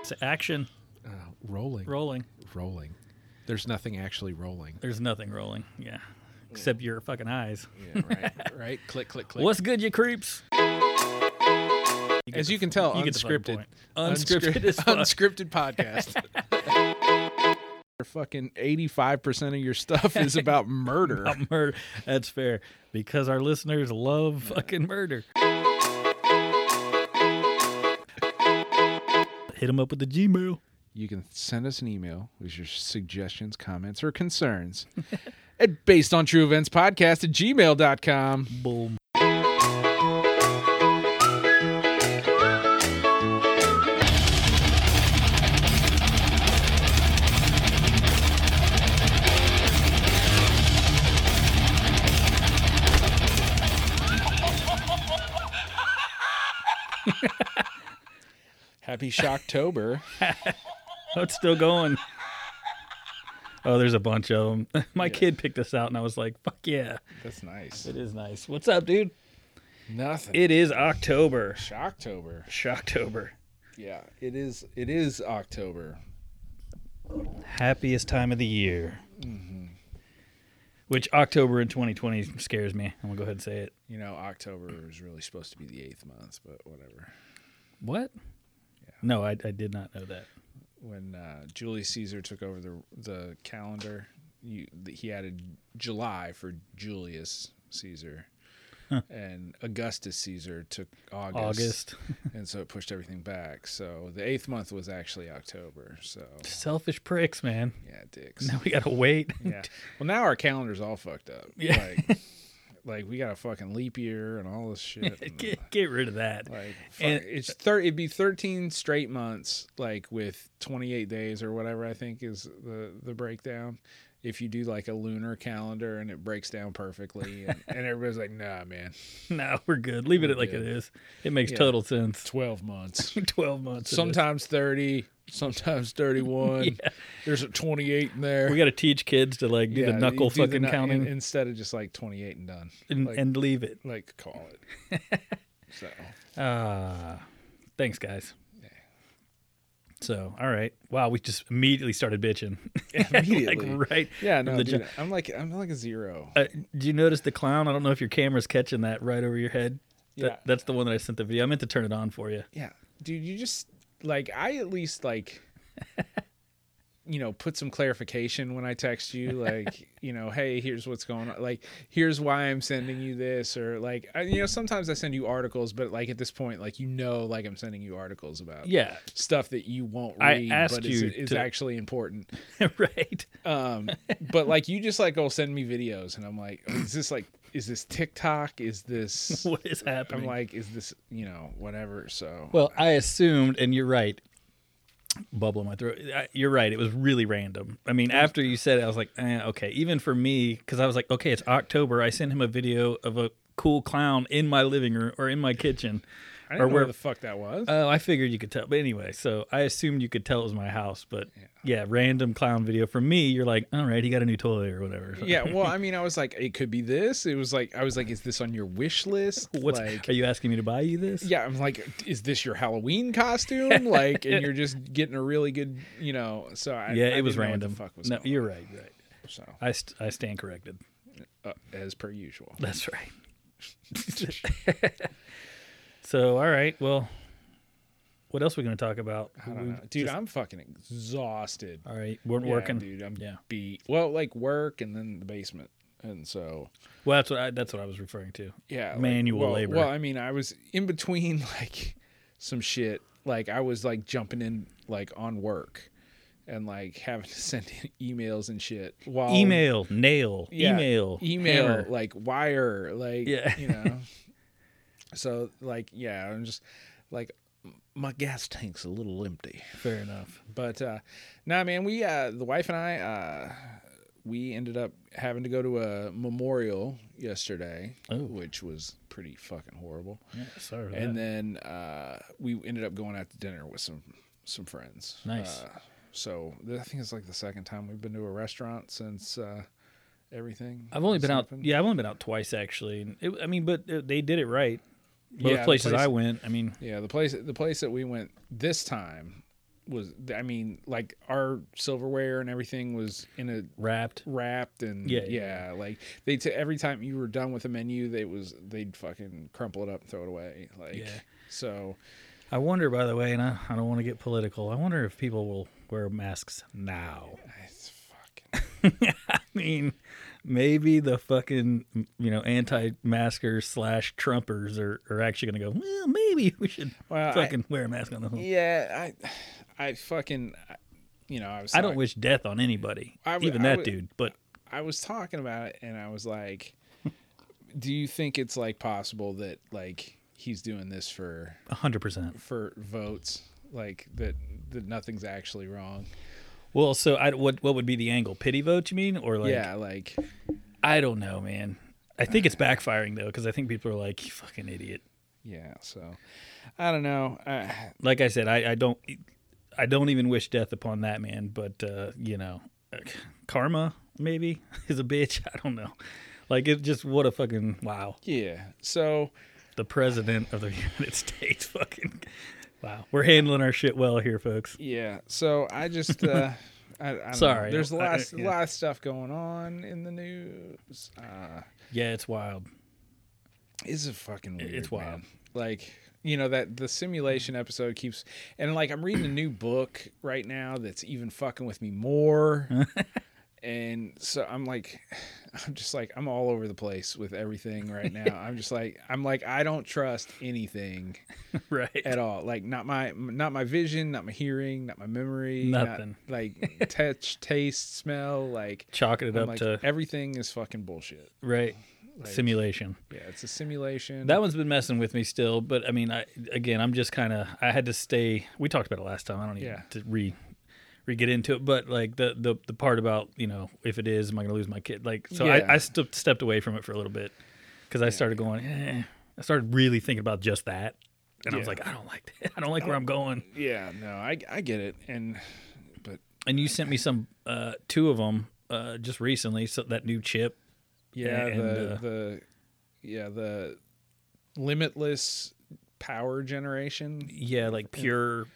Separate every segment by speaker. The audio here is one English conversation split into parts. Speaker 1: It's action
Speaker 2: Uh, rolling.
Speaker 1: rolling.
Speaker 2: rolling. There's nothing actually rolling.
Speaker 1: There's nothing rolling. Yeah. Except your fucking eyes.
Speaker 2: Yeah, right. right. Click, click, click.
Speaker 1: What's good, you creeps? You
Speaker 2: As
Speaker 1: get the-
Speaker 2: you can tell,
Speaker 1: you get the fucking
Speaker 2: unscripted,
Speaker 1: point. Unscripted as fuck.
Speaker 2: unscripted podcast. Your fucking eighty-five percent of your stuff is about murder.
Speaker 1: about murder. That's fair because our listeners love fucking murder. Hit them up with the Gmail.
Speaker 2: you can send us an email with your suggestions, comments, or concerns at based on true events podcast at gmail.com.
Speaker 1: Boom.
Speaker 2: Happy Shocktober.
Speaker 1: Oh, it's still going. Oh, there's a bunch of them. My kid picked this out, and I was like, "Fuck yeah,
Speaker 2: That's nice.
Speaker 1: it is nice." What's up, dude?
Speaker 2: Nothing.
Speaker 1: It is October.
Speaker 2: Shocktober.
Speaker 1: Shocktober.
Speaker 2: Yeah, it is it is October.
Speaker 1: Happiest time of the year. Mm-hmm. Which October in 2020 scares me. I'm gonna go ahead and say it.
Speaker 2: You know, October is really supposed to be the eighth month, but whatever.
Speaker 1: What? No, I, I did not know that.
Speaker 2: When uh, Julius Caesar took over the the calendar, you, th- he added July for Julius Caesar, and Augustus Caesar took August,
Speaker 1: August.
Speaker 2: and so it pushed everything back. So the eighth month was actually October. So
Speaker 1: Selfish pricks, man.
Speaker 2: yeah, dicks.
Speaker 1: Now we gotta wait.
Speaker 2: Yeah. Well, now our calendar's all fucked up.
Speaker 1: Yeah.
Speaker 2: Like, like we got a fucking leap year and all this shit. and-
Speaker 1: get, get rid of that.
Speaker 2: Like fuck,
Speaker 1: And-
Speaker 2: it's thir- it'd be 13 straight months like with 28 days or whatever I think is the the breakdown. If you do like a lunar calendar and it breaks down perfectly and, and everybody's like, "Nah, man.
Speaker 1: No, we're good. Leave it like
Speaker 2: good.
Speaker 1: it is. It makes
Speaker 2: Yeah.
Speaker 1: total sense.
Speaker 2: 12 months.
Speaker 1: Twelve months. it is.
Speaker 2: sometimes 30, sometimes 31. There's a 28 in there."
Speaker 1: we gotta teach kids to like do
Speaker 2: Yeah,
Speaker 1: the
Speaker 2: you
Speaker 1: knuckle
Speaker 2: do the
Speaker 1: fucking
Speaker 2: knu- in-
Speaker 1: counting and,
Speaker 2: instead of just like 28 and done.
Speaker 1: and,
Speaker 2: like,
Speaker 1: leave it.
Speaker 2: like call it. so,
Speaker 1: Ah, thanks, guys. So, all right. Wow, we just immediately started bitching.
Speaker 2: immediately.
Speaker 1: like right.
Speaker 2: yeah,
Speaker 1: from
Speaker 2: no,
Speaker 1: the
Speaker 2: dude,
Speaker 1: ju-
Speaker 2: I'm like I'm like a zero.
Speaker 1: Uh, do you notice the clown? I don't know if your camera's catching that right over your head. That,
Speaker 2: Yeah.
Speaker 1: That's the one that I sent the video. I meant to turn it on for you.
Speaker 2: Yeah, dude, you just like I at least like, you know, put some clarification when I text you, like, you know, hey, here's what's going on, like, here's why I'm sending you this, or like, I, you know, sometimes I send you articles, but like at this point, like you know, like I'm sending you articles about
Speaker 1: Yeah.
Speaker 2: stuff that you won't
Speaker 1: I
Speaker 2: read,
Speaker 1: asked
Speaker 2: but is,
Speaker 1: you
Speaker 2: is
Speaker 1: to-
Speaker 2: actually important.
Speaker 1: right.
Speaker 2: Um, but like you just like oh send me videos, and I'm like, is this like is this TikTok? Is this
Speaker 1: What is happening?
Speaker 2: I'm like, is this you know whatever? So
Speaker 1: Well, I assumed, and you're right. Bubble in my throat. I- You're right. It was really random. I mean, after you said it, I was like, eh, okay. Even for me, because I was like, okay, it's October. I sent him a video of a cool clown in my living room or in my kitchen.
Speaker 2: I
Speaker 1: or
Speaker 2: didn't
Speaker 1: where-
Speaker 2: know where Uh, the fuck that was.
Speaker 1: Oh, I figured you could tell. But anyway, so I assumed you could tell it was my house. But yeah, random clown video. For me, you're like, all right, he got a new toy or whatever.
Speaker 2: yeah, well, I mean, I was like, it could be this. It was like, I was like, is this on your wish list?
Speaker 1: What's,
Speaker 2: like,
Speaker 1: are you asking me to buy you this?
Speaker 2: yeah, I'm like, is this your Halloween costume? Like, and you're just getting a really good, you know. So I,
Speaker 1: Yeah,
Speaker 2: I
Speaker 1: it was
Speaker 2: didn't know what
Speaker 1: random.
Speaker 2: the fuck was
Speaker 1: no,
Speaker 2: going
Speaker 1: you're right. you're right.
Speaker 2: on, so
Speaker 1: I, st- I stand corrected.
Speaker 2: uh, as per usual.
Speaker 1: That's right. so, all right. Well, what else are we going to talk about?
Speaker 2: I don't
Speaker 1: We
Speaker 2: know, dude.
Speaker 1: just-
Speaker 2: I'm fucking exhausted.
Speaker 1: all right. We're
Speaker 2: Yeah,
Speaker 1: working.
Speaker 2: dude. I'm
Speaker 1: Yeah.
Speaker 2: beat. Well, like work and then the basement, and so
Speaker 1: Well, that's what I, that's what I was referring to.
Speaker 2: yeah like-
Speaker 1: Manual
Speaker 2: well-
Speaker 1: labor.
Speaker 2: well i mean i was in between like some shit like i was like jumping in like on work and like having to send in emails and shit while
Speaker 1: Email, nail,
Speaker 2: Oh. yeah,
Speaker 1: email,
Speaker 2: email
Speaker 1: hammer.
Speaker 2: like wire like
Speaker 1: Yeah.
Speaker 2: you know so like yeah i'm just like m- my gas tank's a little empty
Speaker 1: Fair enough.
Speaker 2: but uh nah man we uh the wife and i uh we ended up having to go to a memorial yesterday
Speaker 1: Oh.
Speaker 2: which was pretty fucking horrible
Speaker 1: Yeah, sorry. for
Speaker 2: and
Speaker 1: that.
Speaker 2: then uh, we ended up going out to dinner with some some friends.
Speaker 1: Nice.
Speaker 2: Uh, so th- I think it's like the second time we've been to a restaurant since uh, everything.
Speaker 1: I've only
Speaker 2: has
Speaker 1: been out.
Speaker 2: happened.
Speaker 1: Yeah, I've only been out twice actually. And it, I mean, but uh, they did it right. Both
Speaker 2: Yeah, the
Speaker 1: places
Speaker 2: place-
Speaker 1: I went. I mean,
Speaker 2: Yeah, the place the place that we went this time was I mean like our silverware and everything was in a
Speaker 1: Wrapped.
Speaker 2: wrapped and
Speaker 1: Yeah, yeah,
Speaker 2: yeah, like they t- every time you were done with a menu they was they'd fucking crumple it up and throw it away like
Speaker 1: Yeah.
Speaker 2: so
Speaker 1: I wonder, by the way, and I, I don't want to get political. I wonder if people will wear masks now.
Speaker 2: it's fucking
Speaker 1: I mean, maybe the fucking you know anti-maskers slash Trumpers are, are actually going to go. Well, maybe we should
Speaker 2: Well, I-
Speaker 1: fucking wear a mask on the whole.
Speaker 2: yeah I I fucking I- you know I was
Speaker 1: I don't
Speaker 2: talk-
Speaker 1: wish death on anybody,
Speaker 2: I would-
Speaker 1: even
Speaker 2: I
Speaker 1: that
Speaker 2: would-
Speaker 1: dude. But
Speaker 2: I was talking about it and I was like do you think it's like possible that like he's doing this for
Speaker 1: hundred percent.
Speaker 2: for votes like that that nothing's actually wrong
Speaker 1: Well, so I, what what would be the angle? Pity vote? You mean, or like?
Speaker 2: yeah like
Speaker 1: I don't know, man. I think it's backfiring though, because I think people are like, "You fucking idiot."
Speaker 2: yeah so I don't know I
Speaker 1: Like I said, I, I don't, I don't even wish death upon that man. But uh, you know, karma maybe is a bitch. I don't know. Like it just what a fucking wow.
Speaker 2: yeah so
Speaker 1: The president of the United States, fucking wow. We're handling our shit well here, folks.
Speaker 2: Yeah. So I just uh I, I don't
Speaker 1: Sorry,
Speaker 2: Know. There's a
Speaker 1: I- I-
Speaker 2: lot,
Speaker 1: yeah.
Speaker 2: lot of stuff going on in the news. Uh
Speaker 1: Yeah, it's wild.
Speaker 2: it's a fucking weird.
Speaker 1: it's wild.
Speaker 2: man. Like you know that the simulation episode keeps and like I'm reading a new book right now that's even fucking with me more. and so I'm like I'm just like I'm all over the place with everything right now. I'm just like I'm like I don't trust anything
Speaker 1: right.
Speaker 2: at all. Like not my not my vision, not my hearing, not my memory, not,
Speaker 1: Nothing.
Speaker 2: like touch, taste, smell. Like
Speaker 1: Chalking it
Speaker 2: I'm
Speaker 1: up
Speaker 2: like,
Speaker 1: to
Speaker 2: everything is fucking bullshit.
Speaker 1: right
Speaker 2: Like-
Speaker 1: simulation.
Speaker 2: Yeah, it's a simulation.
Speaker 1: That one's been messing with me still, but I mean, I again, I'm just kind of I had to stay. We talked about it last time. I don't need
Speaker 2: Yeah.
Speaker 1: to re re get into it, but like the the the part about you know if it is, am I going to lose my kid? Like, so
Speaker 2: Yeah.
Speaker 1: I I st- stepped away from it for a little bit because I started going. Eh. I started really thinking about just that, and I was
Speaker 2: Yeah.
Speaker 1: like, I don't like that. I don't like where I'm going.
Speaker 2: yeah, no, I I get it, and but
Speaker 1: And you sent me some uh two of them uh just recently. So that new chip,
Speaker 2: yeah,
Speaker 1: And,
Speaker 2: the
Speaker 1: uh,
Speaker 2: the yeah the limitless power generation,
Speaker 1: yeah, like pure,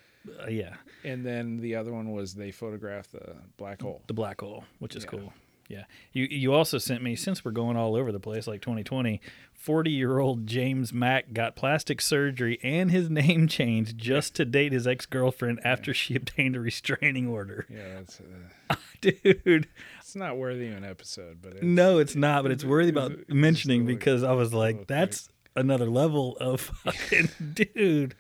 Speaker 1: uh, yeah,
Speaker 2: and then the other one was they photographed the black hole.
Speaker 1: the black hole, which is
Speaker 2: Yeah.
Speaker 1: cool. Yeah. You you also sent me since we're going all over the place like 2020, 40-year-old James Mack got plastic surgery and his name changed just to date his ex-girlfriend after she obtained a restraining order.
Speaker 2: Yeah, that's uh,
Speaker 1: Dude,
Speaker 2: it's not worthy of an episode, but it's,
Speaker 1: no, it's not, but it's worthy about
Speaker 2: It's- Oh, it's
Speaker 1: mentioning
Speaker 2: still, like,
Speaker 1: because I was like
Speaker 2: quick.
Speaker 1: that's another level of fucking dude.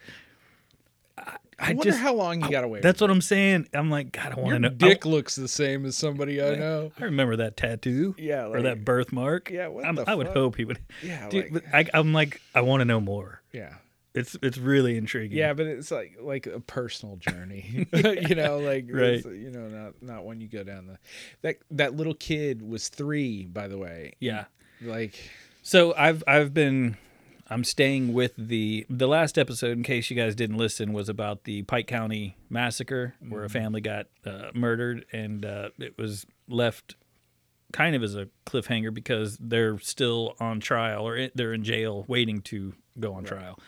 Speaker 1: I, I,
Speaker 2: I, wonder
Speaker 1: just
Speaker 2: how long you got away.
Speaker 1: that's what I'm saying. I'm like God, I want
Speaker 2: Your
Speaker 1: to know.
Speaker 2: dick looks the same as somebody I know.
Speaker 1: I remember that tattoo.
Speaker 2: Yeah,
Speaker 1: or that
Speaker 2: like-
Speaker 1: birthmark.
Speaker 2: Yeah, what
Speaker 1: I'm-
Speaker 2: the
Speaker 1: I would
Speaker 2: fuck?
Speaker 1: hope he would.
Speaker 2: Yeah,
Speaker 1: Dude,
Speaker 2: like-
Speaker 1: but I, I'm like, I want to know more.
Speaker 2: Yeah.
Speaker 1: It's it's really intriguing.
Speaker 2: Yeah, but it's like like a personal journey, you know, like
Speaker 1: Right.
Speaker 2: it's, you know, not not when you go down the that that little kid was three, by the way.
Speaker 1: yeah.
Speaker 2: Like,
Speaker 1: So I've I've been I'm staying with the the last episode. In case you guys didn't listen, was about the Pike County massacre where a family got uh, murdered, and uh, it was left kind of as a cliffhanger because they're still on trial or it, they're in jail waiting to go on trial.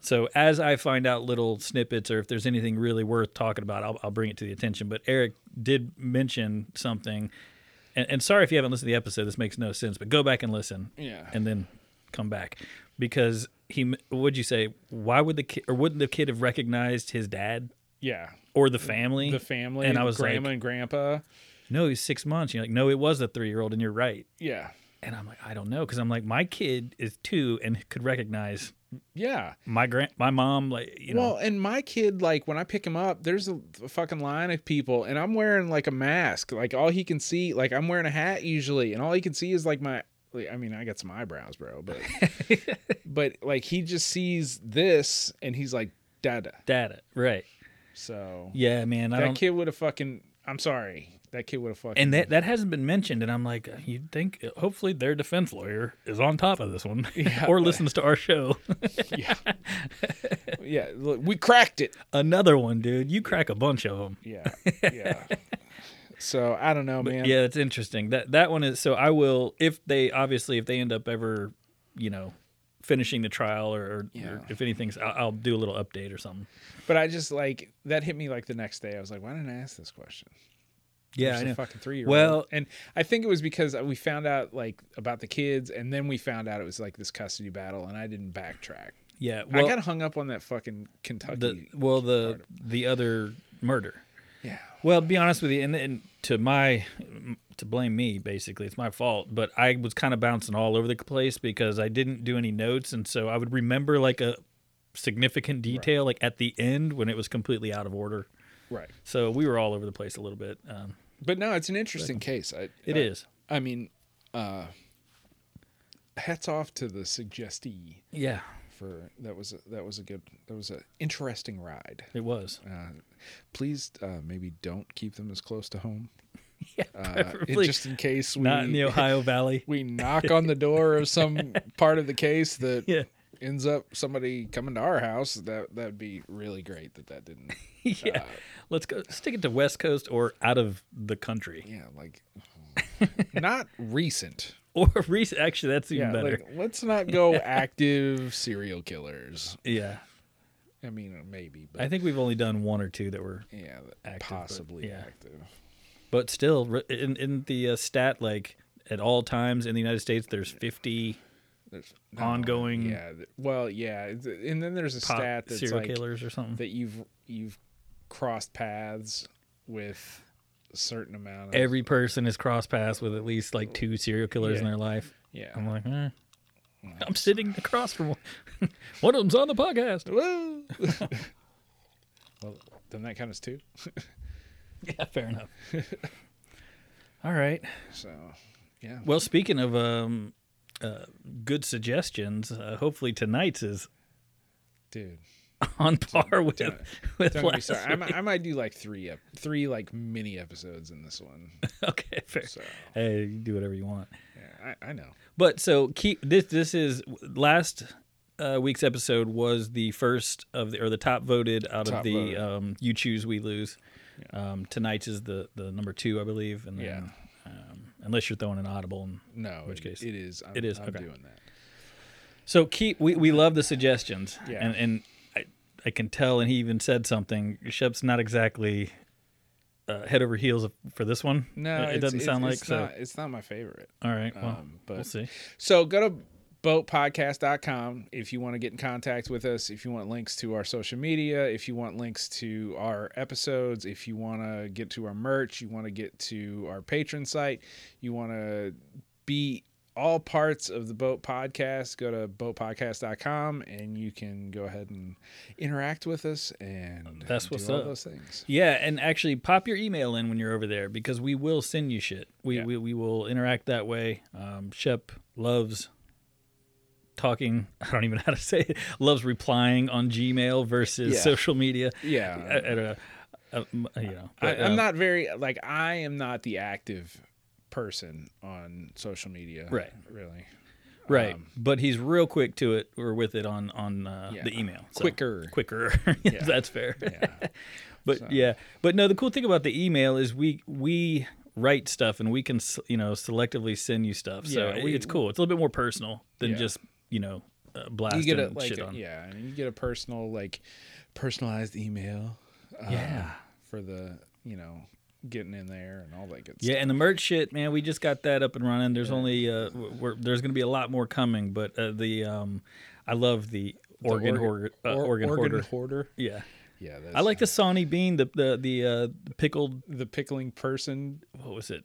Speaker 1: So as I find out little snippets or if there's anything really worth talking about, I'll, I'll bring it to the attention. But Eric did mention something, and, and sorry if you haven't listened to the episode. This makes no sense, but go back and listen
Speaker 2: Yeah.
Speaker 1: and then come back because he would you say why would the kid or wouldn't the kid have recognized his dad
Speaker 2: yeah,
Speaker 1: or the family?
Speaker 2: the family
Speaker 1: and I was
Speaker 2: grandma
Speaker 1: like,
Speaker 2: and grandpa.
Speaker 1: no, he's six months. You're like, no, it was a three year old, and you're right.
Speaker 2: Yeah,
Speaker 1: And I'm like, I don't know, because I'm like, my kid is two and could recognize
Speaker 2: yeah.
Speaker 1: my grand, my mom, like you know,
Speaker 2: well, and my kid, like when I pick him up, there's a, a fucking line of people, and I'm wearing like a mask. Like all he can see, like I'm wearing a hat usually, and all he can see is like my. like, I mean, I got some eyebrows, bro, but but like he just sees this, and he's like, "Dada."
Speaker 1: data, right?
Speaker 2: So
Speaker 1: Yeah, man, I
Speaker 2: that
Speaker 1: don't.
Speaker 2: kid would have fucking. I'm sorry, that kid would have fucking.
Speaker 1: and that that hasn't been mentioned, and I'm like, you'd think hopefully their defense lawyer is on top of this one,
Speaker 2: Yeah.
Speaker 1: or listens to our show.
Speaker 2: yeah, yeah. Look, we cracked it.
Speaker 1: Another one, dude. You crack a bunch of them.
Speaker 2: Yeah, yeah. so I don't know, man.
Speaker 1: Yeah, that's interesting. That that one is so I will if they obviously if they end up ever, you know, finishing the trial or, or
Speaker 2: Yeah.
Speaker 1: if anything's, I'll, I'll do a little update or something.
Speaker 2: But I just like that hit me like the next day. I was like, why didn't I ask this question?
Speaker 1: Yeah,
Speaker 2: There's
Speaker 1: I
Speaker 2: a
Speaker 1: know.
Speaker 2: fucking three year
Speaker 1: Well-
Speaker 2: old. And I think it was because we found out like about the kids, and then we found out it was like this custody battle, and I didn't backtrack.
Speaker 1: yeah. Well,
Speaker 2: I got hung up on that fucking
Speaker 1: the
Speaker 2: Kentucky.
Speaker 1: well the the other murder.
Speaker 2: yeah.
Speaker 1: Well, to be honest with you, and, and to my to blame me basically, it's my fault. But I was kind of bouncing all over the place because I didn't do any notes, and so I would remember like a significant detail like at the end when it was completely out of order.
Speaker 2: Right.
Speaker 1: So we were all over the place a little bit. Um,
Speaker 2: But no, it's an interesting case. I,
Speaker 1: it
Speaker 2: I,
Speaker 1: is,
Speaker 2: I mean, uh, hats off to the suggestee
Speaker 1: yeah,
Speaker 2: for that was a, that was a good that was a interesting ride.
Speaker 1: it was.
Speaker 2: Uh, please, uh, maybe don't keep them as close to home.
Speaker 1: Yeah,
Speaker 2: Uh, it,
Speaker 1: preferably
Speaker 2: just in case we
Speaker 1: not in the Ohio Valley.
Speaker 2: we knock on the door of some part of the case that
Speaker 1: Yeah.
Speaker 2: ends up somebody coming to our house. That that'd be really great. That that didn't.
Speaker 1: yeah, let's go stick it to West Coast or out of the country
Speaker 2: Yeah, like not recent.
Speaker 1: or recent. Actually, that's even
Speaker 2: Yeah,
Speaker 1: better.
Speaker 2: like let's not go active serial killers.
Speaker 1: yeah,
Speaker 2: I mean, uh, maybe, but
Speaker 1: I think we've only done one or two that were
Speaker 2: yeah, that-
Speaker 1: Active, but-
Speaker 2: possibly
Speaker 1: yeah.
Speaker 2: active.
Speaker 1: But still, re- in in the uh, stat, like at all times in the United States, there's 50
Speaker 2: There's
Speaker 1: Ongoing-
Speaker 2: Yeah. th- Well, yeah, th- and then there's a
Speaker 1: Mm. pop
Speaker 2: stat that's
Speaker 1: serial
Speaker 2: like
Speaker 1: killers or something.
Speaker 2: that you've you've crossed paths with a certain amount of
Speaker 1: Every person is cross paths with at least like two serial killers in
Speaker 2: Yeah.
Speaker 1: their life.
Speaker 2: yeah.
Speaker 1: I'm like, eh. I'm sitting across from one. one of them's on the podcast.
Speaker 2: Woo! well, then that counts too.
Speaker 1: Yeah, fair enough. all right.
Speaker 2: So, yeah.
Speaker 1: Well, speaking of um, uh, good suggestions, uh, hopefully tonight's is
Speaker 2: Dude,
Speaker 1: on par with
Speaker 2: don't-
Speaker 1: with
Speaker 2: don't be
Speaker 1: last.
Speaker 2: sorry. I,
Speaker 1: week.
Speaker 2: might- I might do like three, ep- three like mini episodes in this one.
Speaker 1: Okay, fair.
Speaker 2: So,
Speaker 1: Hey, you do whatever you want.
Speaker 2: yeah, I, I know.
Speaker 1: But so keep this. This is last uh, week's episode was the first of the or the top voted out of
Speaker 2: Top
Speaker 1: the
Speaker 2: voted.
Speaker 1: um, you choose we lose. Um, tonight's is the the number two, I believe. And then,
Speaker 2: Yeah.
Speaker 1: um, unless you're throwing an audible. And,
Speaker 2: No,
Speaker 1: which
Speaker 2: it-
Speaker 1: case?
Speaker 2: it is. I'm,
Speaker 1: It is,
Speaker 2: I'm
Speaker 1: okay.
Speaker 2: doing that.
Speaker 1: so keep we, we love the suggestions.
Speaker 2: Yeah.
Speaker 1: And and I, I can tell, and he even said something. Shep's not exactly uh, head over heels for this one.
Speaker 2: No,
Speaker 1: it, it
Speaker 2: it's-
Speaker 1: doesn't
Speaker 2: it's-
Speaker 1: sound like
Speaker 2: it's
Speaker 1: so.
Speaker 2: Not, it's not my favorite.
Speaker 1: All right, well,
Speaker 2: Um, but
Speaker 1: we'll see.
Speaker 2: So go to boatpodcast.com if you want to get in contact with us, if you want links to our social media, if you want links to our episodes, if you want to get to our merch, you want to get to our patron site, you want to be all parts of the boat podcast go to boatpodcast.com and you can go ahead and interact with us and
Speaker 1: That's
Speaker 2: do
Speaker 1: what's
Speaker 2: all
Speaker 1: up.
Speaker 2: those things
Speaker 1: Yeah, and actually pop your email in when you're over there because we will send you shit. We
Speaker 2: Yeah.
Speaker 1: we, we will interact that way. Um, Shep loves talking. I don't even know how to say it. Loves replying on Gmail versus
Speaker 2: Yeah.
Speaker 1: social media. I, I
Speaker 2: yeah
Speaker 1: don't know. Uh, m- you know,
Speaker 2: I,
Speaker 1: but,
Speaker 2: i'm
Speaker 1: uh,
Speaker 2: not very like i am not the active person on social media
Speaker 1: Right.
Speaker 2: really
Speaker 1: right,
Speaker 2: um,
Speaker 1: but he's real quick to it or with it on on uh,
Speaker 2: Yeah.
Speaker 1: the email. So,
Speaker 2: quicker.
Speaker 1: quicker. That's fair.
Speaker 2: Yeah.
Speaker 1: But
Speaker 2: So-
Speaker 1: yeah, but no, the cool thing about the email is we we write stuff and we can s- you know selectively send you stuff. So
Speaker 2: Yeah,
Speaker 1: it-
Speaker 2: we-
Speaker 1: it's cool. It's a little bit more personal than
Speaker 2: Yeah.
Speaker 1: just you know uh, blasting
Speaker 2: you get a like
Speaker 1: shit
Speaker 2: a-
Speaker 1: on.
Speaker 2: yeah, I mean, you get a personal like personalized email. uh,
Speaker 1: Yeah.
Speaker 2: for the you know getting in there and all that good
Speaker 1: Yeah,
Speaker 2: stuff.
Speaker 1: and the merch shit, man, we just got that up and running. There's only uh, w- we're, there's going to be a lot more coming, but uh, the um, I love the
Speaker 2: The
Speaker 1: organ hoarder, uh, organ, hoarder. Yeah,
Speaker 2: Yeah, that's,
Speaker 1: I like the Sawney bean, the the the uh, pickled
Speaker 2: the pickling person.
Speaker 1: what was it?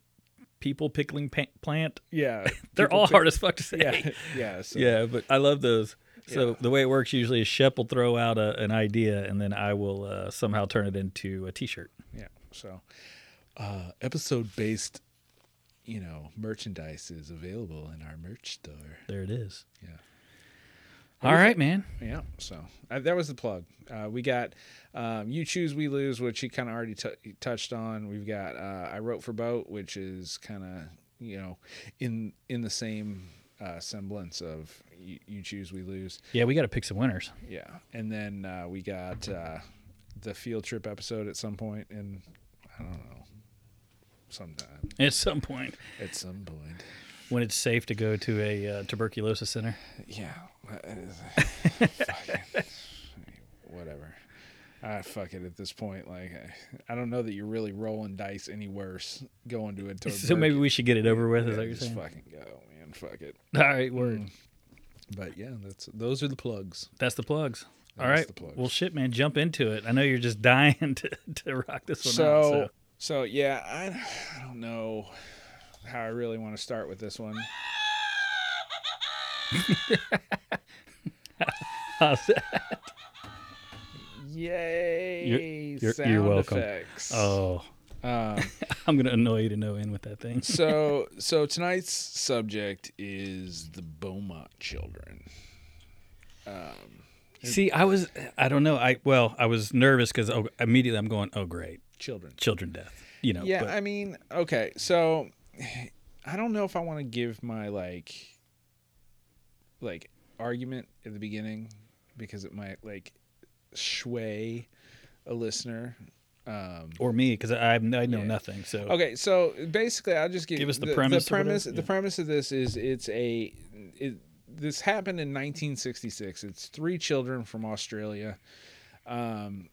Speaker 1: People pickling pa- plant.
Speaker 2: Yeah,
Speaker 1: They're
Speaker 2: people
Speaker 1: all
Speaker 2: pick-
Speaker 1: hard as fuck to say.
Speaker 2: Yeah, yeah, so,
Speaker 1: Yeah, but I love those. So
Speaker 2: Yeah.
Speaker 1: the way it works usually is Shep will throw out a, an idea, and then I will uh, somehow turn it into a T-shirt.
Speaker 2: yeah. So, uh, episode based, you know, merchandise is available in our merch store.
Speaker 1: There it is.
Speaker 2: Yeah.
Speaker 1: All right, man.
Speaker 2: Yeah, so uh, that was the plug. Uh, we got um, "You Choose, We Lose," which you kind of already t- touched on. We've got uh, "I Wrote for Boat," which is kind of you know in in the same uh, semblance of you, "You Choose, We Lose."
Speaker 1: Yeah, we got to pick some winners.
Speaker 2: Yeah, and then uh, we got uh, the field trip episode at some point, and I don't know, sometime
Speaker 1: At some point,
Speaker 2: at some point.
Speaker 1: when it's safe to go to a uh, tuberculosis center,
Speaker 2: Yeah, Fucking- whatever. Ah, fuck it. At this point, like, I, I don't know that you're really rolling dice any worse going to it.
Speaker 1: So maybe we should get it over with. Is that what
Speaker 2: yeah,
Speaker 1: you're
Speaker 2: just
Speaker 1: saying?
Speaker 2: fucking go, man. Fuck it.
Speaker 1: All right, word.
Speaker 2: But yeah, that's those are the plugs.
Speaker 1: That's the plugs. All
Speaker 2: That's
Speaker 1: right.
Speaker 2: the plugs.
Speaker 1: Well, shit, man, jump into it. I know you're just dying to, to rock this one out.
Speaker 2: so,
Speaker 1: So
Speaker 2: so yeah, I, I don't know how I really want to start with this one.
Speaker 1: How's that?
Speaker 2: Yay!
Speaker 1: you're- you're
Speaker 2: sound
Speaker 1: welcome.
Speaker 2: Effects.
Speaker 1: Oh,
Speaker 2: Um,
Speaker 1: I'm gonna annoy you to no end with that thing.
Speaker 2: so, so tonight's subject is the Beaumont children.
Speaker 1: See, I was, I don't know. I well, I was nervous because oh, immediately I'm going, oh great,
Speaker 2: Children.
Speaker 1: children death. You know.
Speaker 2: Yeah,
Speaker 1: but-
Speaker 2: I mean, okay, so I don't know if I want to give my like, like argument at the beginning because it might like sway a listener. Um,
Speaker 1: or me because I I know
Speaker 2: Yeah. Oh.
Speaker 1: nothing. So
Speaker 2: Okay, so basically, I'll just give,
Speaker 1: Give us the premise
Speaker 2: The
Speaker 1: of what it
Speaker 2: premise,
Speaker 1: is,
Speaker 2: the
Speaker 1: yeah.
Speaker 2: premise of this is it's a. It, this happened in 1966. It's three children from Australia, um,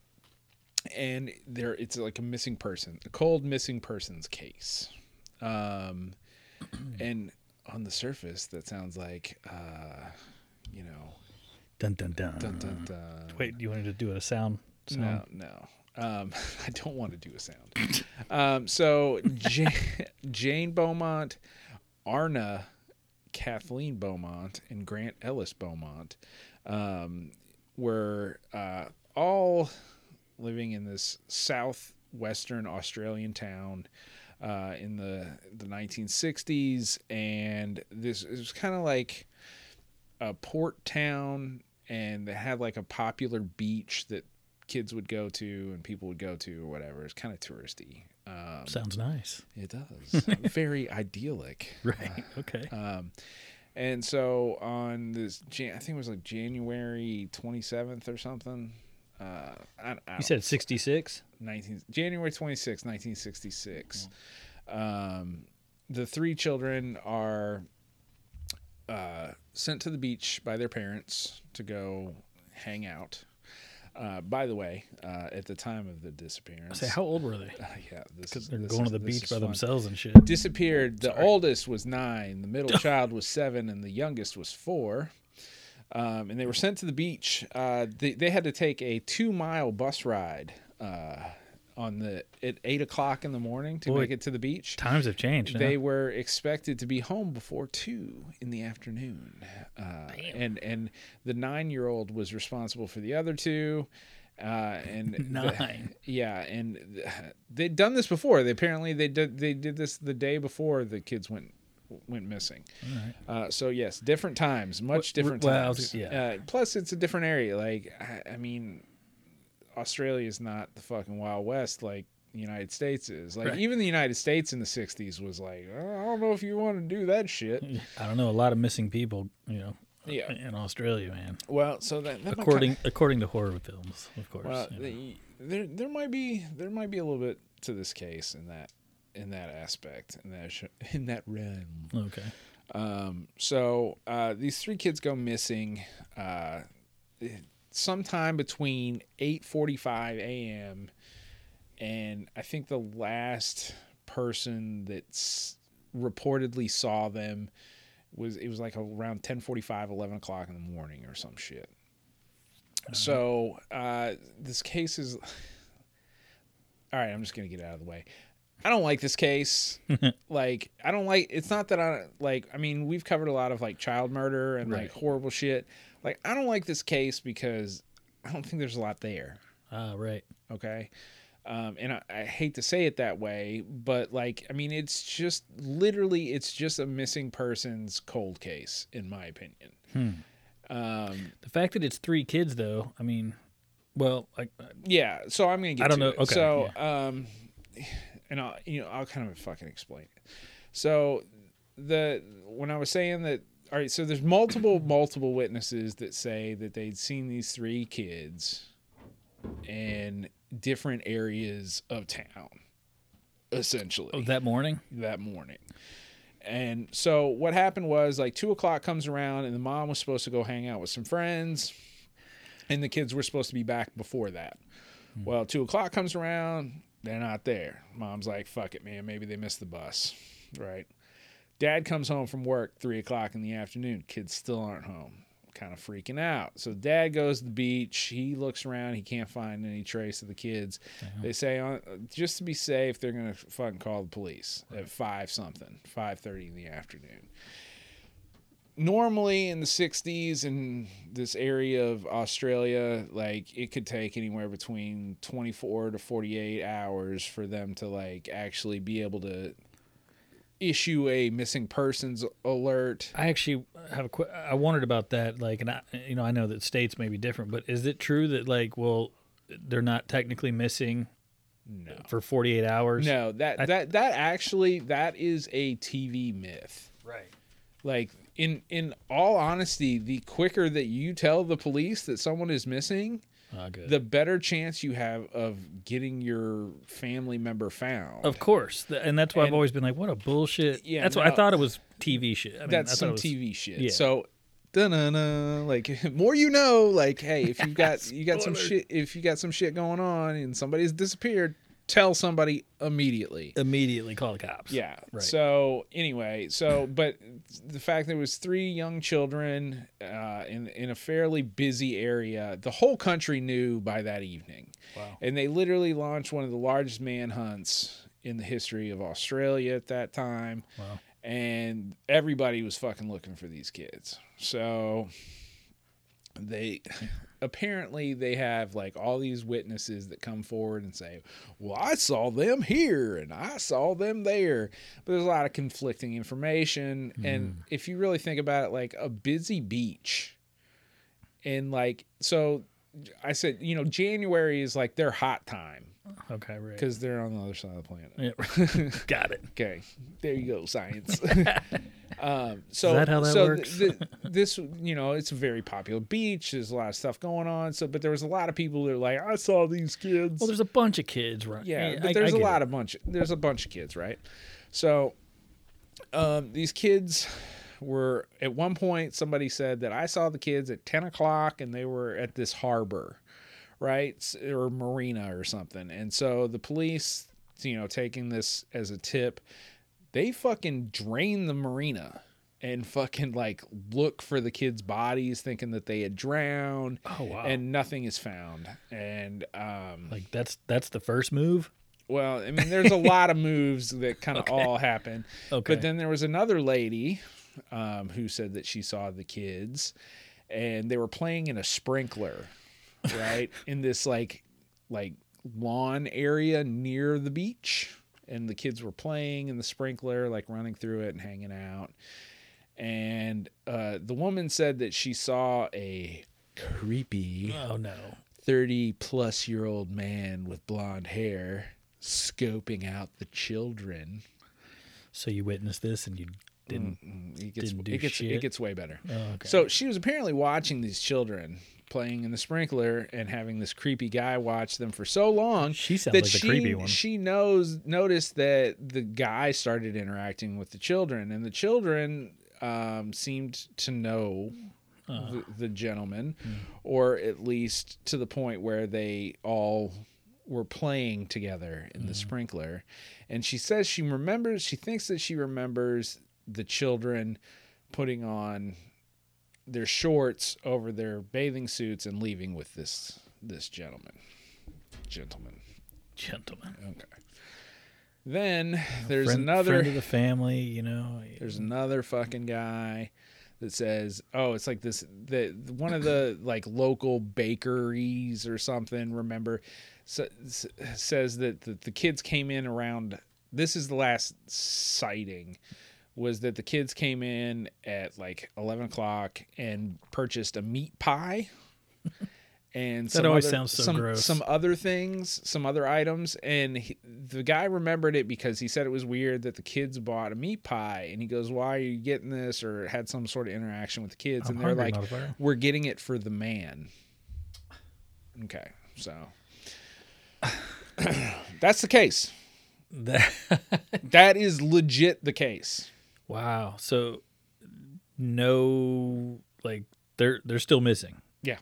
Speaker 2: and there it's like a missing person, a cold missing persons case, um, and on the surface that sounds like, uh, you know,
Speaker 1: dun dun dun.
Speaker 2: dun dun dun.
Speaker 1: Wait, you wanted to do it a sound? sound?
Speaker 2: No, no. Um, I don't want to do a sound. Um, so Jane, Jane Beaumont, Arna, Kathleen Beaumont, and Grant Ellis Beaumont um, were uh, all living in this southwestern Australian town uh, in the the 1960s, and this it was kind of like a port town and they had like a popular beach that kids would go to and people would go to or whatever. It's kind of touristy. Um,
Speaker 1: Sounds nice.
Speaker 2: it does. Very idyllic.
Speaker 1: Right. Okay.
Speaker 2: Um, and so on this, Jan- I think it was like January 27th or something. Uh, I, I
Speaker 1: you
Speaker 2: don't-
Speaker 1: said 66.
Speaker 2: 19, January 26, 1966.
Speaker 1: Mm-hmm.
Speaker 2: Um, the three children are uh, sent to the beach by their parents to go hang out. Uh, by the way, uh, at the time of the disappearance,
Speaker 1: Say, how old were they?
Speaker 2: yeah, this
Speaker 1: Because
Speaker 2: is-
Speaker 1: they're
Speaker 2: Uh, this
Speaker 1: going
Speaker 2: is-
Speaker 1: to the
Speaker 2: this
Speaker 1: beach
Speaker 2: is
Speaker 1: by
Speaker 2: fun.
Speaker 1: themselves and shit.
Speaker 2: Disappeared. The oldest was nine, the middle child was seven, and the youngest was four. Um, and they were sent to the beach. Uh, they, they had to take a two mile bus ride uh, on the at eight o'clock in the morning to
Speaker 1: Boy.
Speaker 2: make it to the beach.
Speaker 1: Times have changed.
Speaker 2: They
Speaker 1: They,
Speaker 2: were expected to be home before two in the afternoon, uh, and and the nine year old was responsible for the other two, uh, and the-
Speaker 1: Nine.
Speaker 2: yeah, and th- they'd done this before. They apparently they did they did this the day before the kids went went missing. Uh, so yes, different times,
Speaker 1: W-
Speaker 2: much different
Speaker 1: well, I was-
Speaker 2: times.
Speaker 1: yeah.
Speaker 2: Uh, plus, it's a different area. Like I, I mean, Australia is not the fucking Wild West like the United States is. Like
Speaker 1: Right.
Speaker 2: even the United States in the '60s was like, "Uh, I don't know if you want to do that shit.
Speaker 1: I don't know. A lot of missing people. You know.
Speaker 2: Yeah.
Speaker 1: In Australia, man.
Speaker 2: Well, so that, that might
Speaker 1: According according to horror films, of course.
Speaker 2: Well,
Speaker 1: you know.
Speaker 2: the- there there might be there might be a little bit to this case in that in that aspect in that sh- in that realm.
Speaker 1: okay.
Speaker 2: Um, so uh, these three kids go missing uh, sometime between eight forty five a.m. and I think the last person that's reportedly saw them was it was like around 10:45 11 o'clock in the morning or some shit so uh, this case is all right. I'm just gonna get out of the way. I don't like this case. like I don't like. It's not that I like. I mean, we've covered a lot of like child murder and
Speaker 1: Right.
Speaker 2: like horrible shit. Like I don't like this case because I don't think there's a lot there.
Speaker 1: Ah, right.
Speaker 2: Okay. Um, and I, I hate to say it that way, but like, I mean, it's just literally, it's just a missing person's cold case, in my opinion. Um,
Speaker 1: The fact that it's three kids, though. I mean, well, like
Speaker 2: Yeah, so I'm gonna get.
Speaker 1: I don't
Speaker 2: to
Speaker 1: know-
Speaker 2: It.
Speaker 1: okay,
Speaker 2: So, um, and I'll you know I'll kind of fucking explain it. So the when I was saying that, all right. So there's multiple multiple witnesses that say that they'd seen these three kids in different areas of town, essentially
Speaker 1: oh, that morning.
Speaker 2: that morning. And so what happened was like two o'clock comes around, and the mom was supposed to go hang out with some friends, and the kids were supposed to be back before that. Well, two o'clock comes around, they're not there. Mom's like, "Fuck it, man. Maybe they missed the bus." Right. Dad comes home from work three o'clock in the afternoon. Kids still aren't home. Kind of freaking out. So dad goes to the beach. He looks around. He can't find any trace of the kids. They say uh, just to be safe, they're gonna fucking call the police at five something, five thirty in the afternoon. Normally in the '60s in this area of Australia, like it could take anywhere between 24 to 48 hours for them to like actually be able to issue a missing persons alert.
Speaker 1: I actually have a que- I wondered about that. Like, and I, you know, I know that states may be different, but is it true that like, well, they're not technically missing
Speaker 2: No.
Speaker 1: for 48 hours?
Speaker 2: No, that that that actually that is a TV myth.
Speaker 1: Right.
Speaker 2: Like in in all honesty, the quicker that you tell the police that someone is missing,
Speaker 1: Oh, good.
Speaker 2: the better chance you have of getting your family member found.
Speaker 1: of course, Th- and that's why I've
Speaker 2: And-
Speaker 1: always been like, what a bullshit.
Speaker 2: Yeah,
Speaker 1: That's why I
Speaker 2: no.
Speaker 1: thought it was TV shit. I mean, I
Speaker 2: That's
Speaker 1: thought it
Speaker 2: some
Speaker 1: was-
Speaker 2: TV shit.
Speaker 1: yeah.
Speaker 2: So da-na-na, like more you know, like hey, if you've got you got some
Speaker 1: Spoiler.
Speaker 2: shit if you got some shit going on and somebody's disappeared, tell somebody immediately.
Speaker 1: Immediately call the cops.
Speaker 2: Yeah.
Speaker 1: Right.
Speaker 2: So anyway, so but the fact there was three young children uh, in in a fairly busy area, the whole country knew by that evening,
Speaker 1: Wow.
Speaker 2: and they literally launched one of the largest manhunts in the history of Australia at that time.
Speaker 1: Wow.
Speaker 2: And everybody was fucking looking for these kids. So they apparently they have like all these witnesses that come forward and say, "Well, I saw them here and I saw them there." But there's a lot of conflicting information,
Speaker 1: Hmm.
Speaker 2: and if you really think about it, like a busy beach, and like so, I said, you know, January is like their hot time
Speaker 1: Okay. Right.
Speaker 2: because they're on the other side of the planet.
Speaker 1: Yeah. Got it.
Speaker 2: Okay, there you go, science. um, so
Speaker 1: Is that how that
Speaker 2: so
Speaker 1: works?
Speaker 2: th- th- this, you know, it's a very popular beach. There's a lot of stuff going on. So, but there was a lot of people that were like, I saw these kids.
Speaker 1: Well, there's a bunch of kids, right?
Speaker 2: yeah, but there's a lot of bunch. There's a bunch of kids, right? So, um, these kids were at one point. Somebody said that I saw the kids at ten o'clock, and they were at this harbor right S- or marina or something and so the police you know taking this as a tip they fucking drain the marina and fucking like look for the kids bodies thinking that they had drowned
Speaker 1: Oh, wow.
Speaker 2: and nothing is found and um
Speaker 1: Like that's that's the first move.
Speaker 2: well i mean there's a lot of moves that kind of all happen
Speaker 1: Okay.
Speaker 2: but then there was another lady um, who said that she saw the kids and they were playing in a sprinkler, right? in this like like lawn area near the beach. And the kids were playing in the sprinkler, like running through it and hanging out. And uh, the woman said that she saw a creepy
Speaker 1: oh no.
Speaker 2: 30 plus year old man with blonde hair scoping out the children.
Speaker 1: So you witnessed this and you didn't.
Speaker 2: Mm, It gets,
Speaker 1: Didn't do
Speaker 2: it, gets
Speaker 1: shit.
Speaker 2: it gets way better.
Speaker 1: Oh, okay.
Speaker 2: Mm. So she was apparently watching these children playing in the sprinkler and having this creepy guy watch them for so long
Speaker 1: she sounds
Speaker 2: that
Speaker 1: like the
Speaker 2: she
Speaker 1: creepy one.
Speaker 2: she knows noticed that the guy started interacting with the children and the children um, seemed to know
Speaker 1: Uh.
Speaker 2: the, the gentleman
Speaker 1: Hmm.
Speaker 2: or at least to the point where they all were playing together in the
Speaker 1: Hmm.
Speaker 2: sprinkler and she says she remembers she thinks that she remembers the children putting on their shorts over their bathing suits and leaving with this this gentleman gentleman
Speaker 1: Gentleman.
Speaker 2: Okay. Then there's
Speaker 1: Friend-
Speaker 2: another
Speaker 1: friend of the family. You know.
Speaker 2: there's another fucking guy that says, "Oh, it's like this the one of the like local bakeries or something." Remember, sa- s- says that the, the kids came in around. This is the last sighting. Was that the kids came in at like eleven o'clock and purchased a meat pie, and some
Speaker 1: always
Speaker 2: other-
Speaker 1: sounds so
Speaker 2: some,
Speaker 1: gross.
Speaker 2: Some other things, some other items, and he, the guy remembered it because he said it was weird that the kids bought a meat pie, and he goes, "Why are you getting this?" or had some sort of interaction with the kids,
Speaker 1: I'm
Speaker 2: and they're
Speaker 1: hungry,
Speaker 2: like,
Speaker 1: motherfucker.
Speaker 2: "We're getting it for the man." Okay, so that's the case.
Speaker 1: That-
Speaker 2: That is legit the case.
Speaker 1: Wow. So no like they're they're still missing.
Speaker 2: Yeah.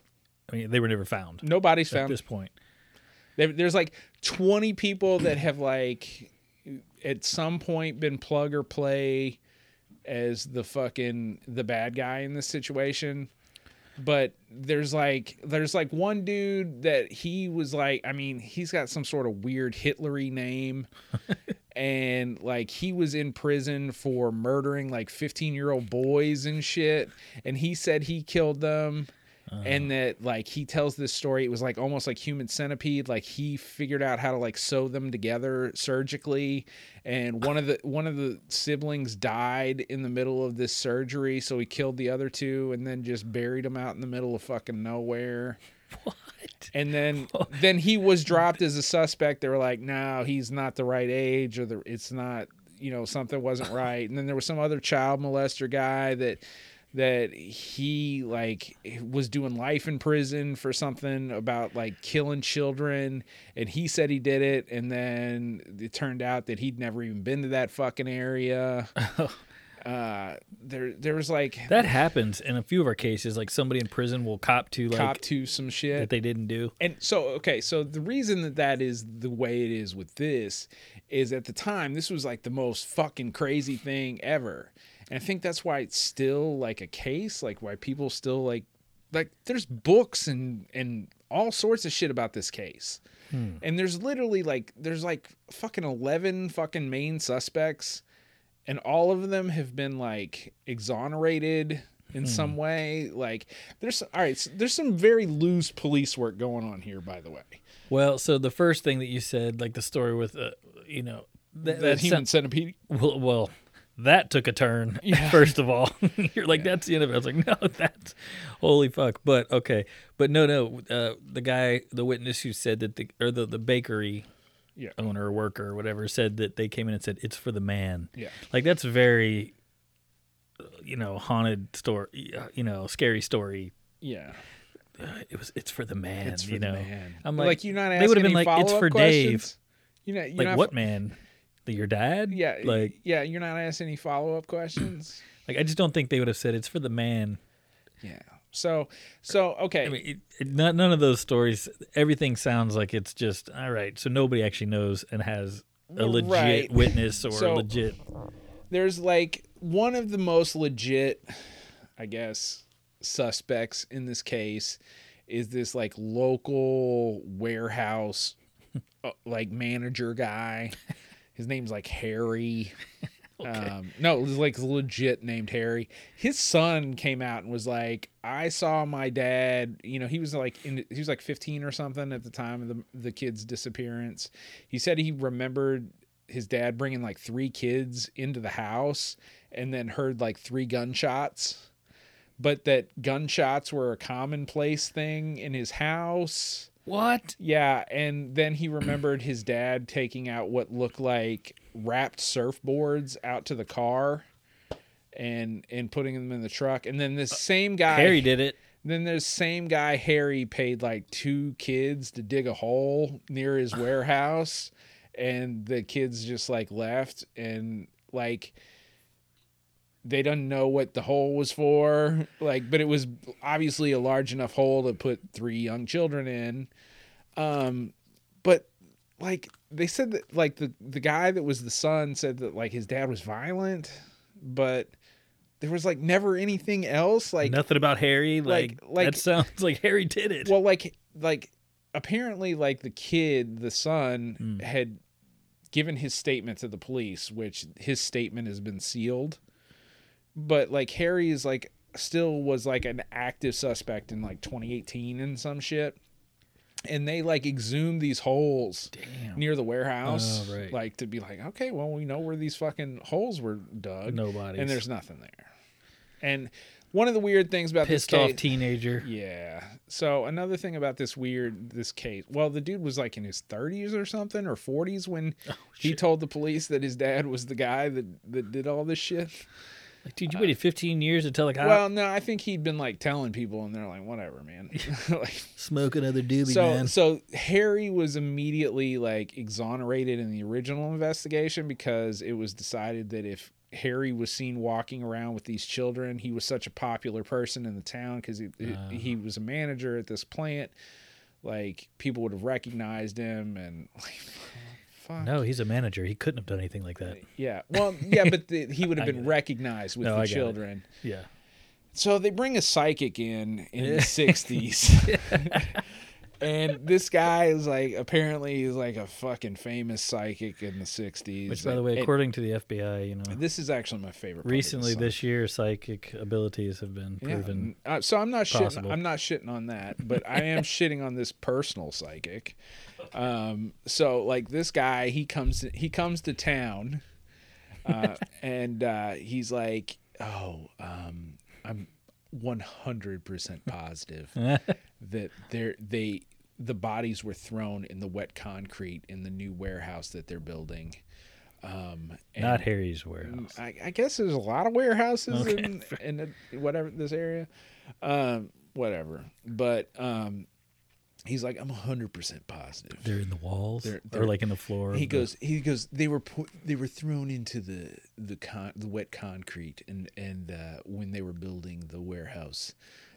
Speaker 1: I mean, they were never found
Speaker 2: Nobody's
Speaker 1: at
Speaker 2: found.
Speaker 1: this point.
Speaker 2: There- There's like 20 people that have like at some point been plug or play as the fucking the bad guy in this situation. But there's like there's like one dude that he was like I mean, he's got some sort of weird Hitlery name. and like he was in prison for murdering like 15 year old boys and shit and he said he killed them and that like he tells this story it was like almost like human centipede like he figured out how to like sew them together surgically and one of the one of the siblings died in the middle of this surgery so he killed the other two and then just buried them out in the middle of fucking nowhere
Speaker 1: What?
Speaker 2: and then then he was dropped as a suspect. They were like, no, he's not the right age, or the it's not, you know, something wasn't right. And then there was some other child molester guy that that he like was doing life in prison for something about like killing children and he said he did it and then it turned out that he'd never even been to that fucking area uh there there was like
Speaker 1: That happens in a few of our cases. Like somebody in prison will cop to like
Speaker 2: cop to some shit
Speaker 1: that they didn't do.
Speaker 2: and so okay so the reason that that is the way it is with this is at the time this was like the most fucking crazy thing ever and i think that's why it's still like a case like why people still like like there's books and and all sorts of shit about this case and there's literally like there's like fucking 11 fucking main suspects and all of them have been like exonerated in some way like there's all right so there's some very loose police work going on here by the way
Speaker 1: Well, so the first thing that you said, like the story with, uh, you know, that,
Speaker 2: that,
Speaker 1: that
Speaker 2: human centipede
Speaker 1: sound- well, well, that took a turn.
Speaker 2: Yeah.
Speaker 1: First of all, you're like, that's the end of it. I was like, no, that's holy fuck. But okay, but no, no, uh, the guy, the witness who said that the or the the bakery
Speaker 2: Yeah.
Speaker 1: owner or worker or whatever said that they came in and said it's for the man.
Speaker 2: yeah
Speaker 1: Like that's very, uh, you know, haunted story, uh, you know, scary story.
Speaker 2: yeah
Speaker 1: Uh, It was it's for the man.
Speaker 2: it's for
Speaker 1: you
Speaker 2: the
Speaker 1: know,
Speaker 2: man
Speaker 1: I'm
Speaker 2: like,
Speaker 1: like,
Speaker 2: you're not
Speaker 1: they
Speaker 2: asking
Speaker 1: would've
Speaker 2: any
Speaker 1: been like, it's
Speaker 2: follow-up
Speaker 1: for Dave.
Speaker 2: questions you know you're
Speaker 1: like
Speaker 2: not,
Speaker 1: what man? The- Your dad?
Speaker 2: yeah
Speaker 1: Like
Speaker 2: yeah you're not asking any follow-up questions
Speaker 1: Like I just don't think they would have said it's for the man.
Speaker 2: yeah so so okay
Speaker 1: I mean, it, it, not, none of those stories. Everything sounds like it's just all right. So nobody actually knows and has a legit
Speaker 2: Right.
Speaker 1: witness or
Speaker 2: So-
Speaker 1: legit.
Speaker 2: there's like one of the most legit, I guess, suspects in this case is this like local warehouse, uh, like manager guy. His name's like Harry. Um, no, it was like legit named Harry. His son came out and was like, "I saw my dad. You know, he was like in, he was like 15 or something at the time of the the kid's disappearance. He said he remembered his dad bringing like three kids into the house and then heard like three gunshots, but that gunshots were a commonplace thing in his house."
Speaker 1: What?
Speaker 2: Yeah, and then he remembered his dad taking out what looked like wrapped surfboards out to the car and and putting them in the truck. And then this same guy
Speaker 1: Harry did it.
Speaker 2: then this same guy Harry paid like two kids to dig a hole near his warehouse and the kids just like left and like they didn't know what the hole was for like but it was obviously a large enough hole to put three young children in um but like they said that like the the guy that was the son said that like his dad was violent but there was like never anything else like
Speaker 1: Nothing about Harry. Like,
Speaker 2: like- like-
Speaker 1: that sounds like Harry did it.
Speaker 2: well, like like apparently like the kid, the son
Speaker 1: Mm.
Speaker 2: had given his statement to the police, which his statement has been sealed. But like Harry is like still was like an active suspect in like 2018 and some shit. And they like exhumed these holes
Speaker 1: Damn.
Speaker 2: near the warehouse,
Speaker 1: Oh, right.
Speaker 2: like to be like, okay, well, we know where these fucking holes were dug,
Speaker 1: Nobody.
Speaker 2: and there's nothing there. And one of the weird things about
Speaker 1: pissed
Speaker 2: this case,
Speaker 1: off teenager.
Speaker 2: yeah. So another thing about this weird this case. Well, the dude was like in his 30s or something or 40s when he
Speaker 1: shit.
Speaker 2: told the police that his dad was the guy that that did all this shit.
Speaker 1: Like, dude, you waited 15 years to tell a cop
Speaker 2: Well, no, I think he'd been like telling people, and they're like, whatever, man. like,
Speaker 1: smoke another doobie,
Speaker 2: so,
Speaker 1: man.
Speaker 2: so Harry was immediately like exonerated in the original investigation because it was decided that if Harry was seen walking around with these children, he was such a popular person in the town because he
Speaker 1: Ah.
Speaker 2: he was a manager at this plant. Like people would have recognized him, and like, fuck.
Speaker 1: No, he's a manager. He couldn't have done anything like that.
Speaker 2: Yeah. Well, yeah, but the, he would have
Speaker 1: I
Speaker 2: been
Speaker 1: get it.
Speaker 2: recognized with
Speaker 1: No, I
Speaker 2: the
Speaker 1: get it.
Speaker 2: children.
Speaker 1: Yeah.
Speaker 2: So they bring a psychic in in
Speaker 1: Yeah.
Speaker 2: the sixties, and this guy is like apparently he's like a fucking famous psychic in the sixties.
Speaker 1: Which, by the way, according to the FBI, you know,
Speaker 2: this is actually my favorite. part of
Speaker 1: recently
Speaker 2: song.
Speaker 1: this year, psychic abilities have been
Speaker 2: Yeah.
Speaker 1: proven.
Speaker 2: Uh, so I'm not shitting,
Speaker 1: possible.
Speaker 2: I'm not shitting on that, but I am shitting on this personal psychic. Um, so like this guy, he comes he comes to town, uh, and uh, he's like, oh, um, I'm 100 percent positive that they're they the bodies were thrown in the wet concrete in the new warehouse that they're building. Um, and
Speaker 1: Not Harry's warehouse.
Speaker 2: I, I guess there's a lot of warehouses
Speaker 1: Okay.
Speaker 2: in, in the- whatever this area, um, whatever. But um, he's like, I'm hundred percent positive.
Speaker 1: They're in the walls,
Speaker 2: They're-
Speaker 1: or
Speaker 2: they're-
Speaker 1: like in the floor. of the-
Speaker 2: he goes, he goes. They were pu- they were thrown into the the con- the wet concrete, and and uh, when they were building the warehouse,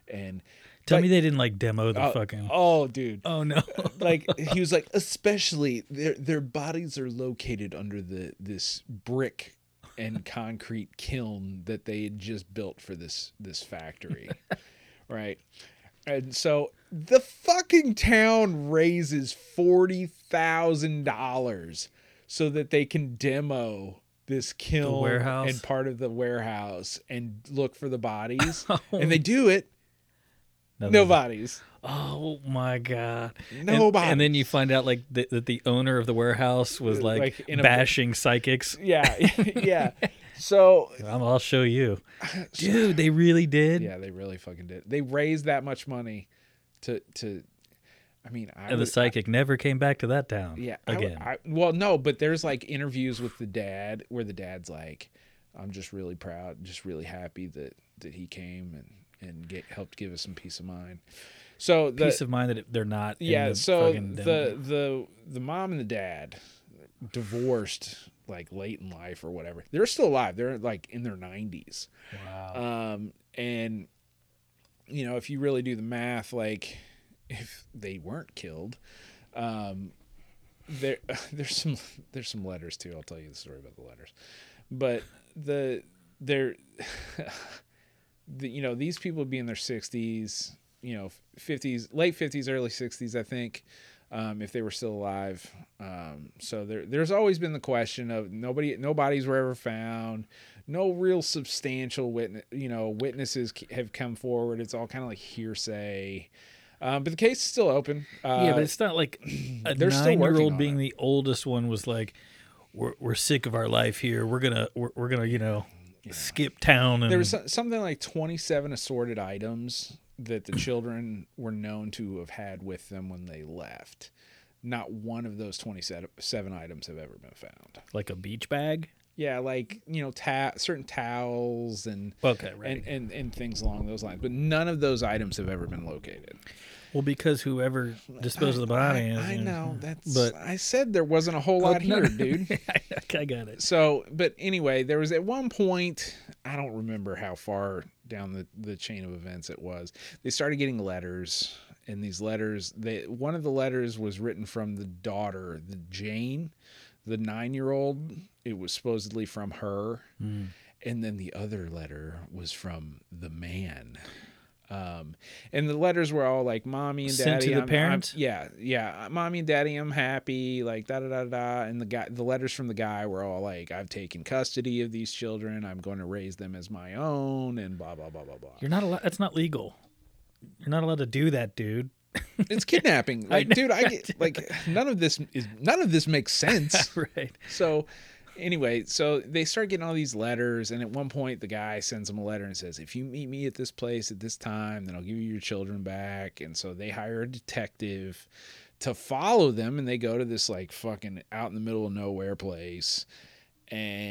Speaker 2: and
Speaker 1: Tell
Speaker 2: like-
Speaker 1: me they didn't like demo the
Speaker 2: oh,
Speaker 1: fucking.
Speaker 2: oh, dude,
Speaker 1: Oh no.
Speaker 2: like he was like especially their their bodies are located under the this brick and concrete kiln that they had just built for this this factory right and so the fucking town raises $40,000 so that they can demo this kiln
Speaker 1: warehouse?
Speaker 2: and part of the warehouse and look for the bodies
Speaker 1: Oh,
Speaker 2: and they do it
Speaker 1: no,
Speaker 2: no
Speaker 1: they-
Speaker 2: bodies
Speaker 1: Oh my god. And-
Speaker 2: Nobody.
Speaker 1: And, then you find out like th- that the owner of the warehouse was like,
Speaker 2: Like, in a-
Speaker 1: bashing psychics.
Speaker 2: yeah yeah so
Speaker 1: I'm, I'll show you, dude. They really did.
Speaker 2: Yeah, they really fucking did. They raised that much money to to. I mean, I
Speaker 1: And the
Speaker 2: would-
Speaker 1: psychic never came back to that town.
Speaker 2: yeah, I would-
Speaker 1: Again.
Speaker 2: I, well, no, but there's like interviews with the dad where the dad's like, "I'm just really proud, just really happy that that he came and and get helped give us some peace of mind." So the
Speaker 1: Peace of mind that they're not. in
Speaker 2: yeah,
Speaker 1: the
Speaker 2: so
Speaker 1: fucking demo.
Speaker 2: the the the mom and the dad divorced like late in life or whatever. They're still alive. They're like in their 90s.
Speaker 1: wow.
Speaker 2: Um, and you know, if you really do the math, like if they weren't killed, um, there there's some there's some letters too. I'll tell you the story about the letters, but the there, the, you know, these people would be in their sixties, you know, fifties, late fifties, early sixties, I think. Um, if they were still alive, um, so there, there's always been the question of nobody, nobody's were ever found, no real substantial witness, you know, witnesses c- have come forward. It's all kind of like hearsay, um, but the case is still open. Uh,
Speaker 1: yeah, but it's not like a
Speaker 2: they're still working
Speaker 1: nine-year-old
Speaker 2: on
Speaker 1: being
Speaker 2: it.
Speaker 1: the oldest one was like, "We're we're sick of our life here. We're gonna we're, we're gonna you know skip town." And
Speaker 2: There was so- something like 27 assorted items that the children were known to have had with them when they left. Not one of those 27 items have ever been found.
Speaker 1: like a beach bag.
Speaker 2: Yeah, like, you know, ta- certain towels and,
Speaker 1: Okay, right.
Speaker 2: and, and and things along those lines, but none of those items have ever been located.
Speaker 1: well, because whoever disposed of the body.
Speaker 2: I,
Speaker 1: is,
Speaker 2: I
Speaker 1: you
Speaker 2: know that's
Speaker 1: But-
Speaker 2: I said there wasn't a whole
Speaker 1: Oh,
Speaker 2: lot
Speaker 1: no,
Speaker 2: here,
Speaker 1: no.
Speaker 2: dude.
Speaker 1: I got it.
Speaker 2: so but anyway there was at one point i don't remember how far down the, the chain of events it was they started getting letters and these letters they one of the letters was written from the daughter the jane the nine year old it was supposedly from her
Speaker 1: Hmm.
Speaker 2: and then the other letter was from the man um, and the letters were all like mommy and
Speaker 1: Sent
Speaker 2: daddy
Speaker 1: to the
Speaker 2: I'm- I'm-
Speaker 1: parent?
Speaker 2: yeah yeah uh, mommy and daddy i'm happy like da da da da and the guy the letters from the guy were all like i've taken custody of these children i'm going to raise them as my own and blah blah blah blah blah
Speaker 1: You're not allowed. That's not legal. You're not allowed to do that, dude.
Speaker 2: it's kidnapping like
Speaker 1: know,
Speaker 2: dude i get like none of this is none of this makes sense
Speaker 1: right.
Speaker 2: so anyway so they start getting all these letters and at one point the guy sends them a letter and says if you meet me at this place at this time then i'll give you your children back and so they hire a detective to follow them and they go to this like fucking out in the middle of nowhere place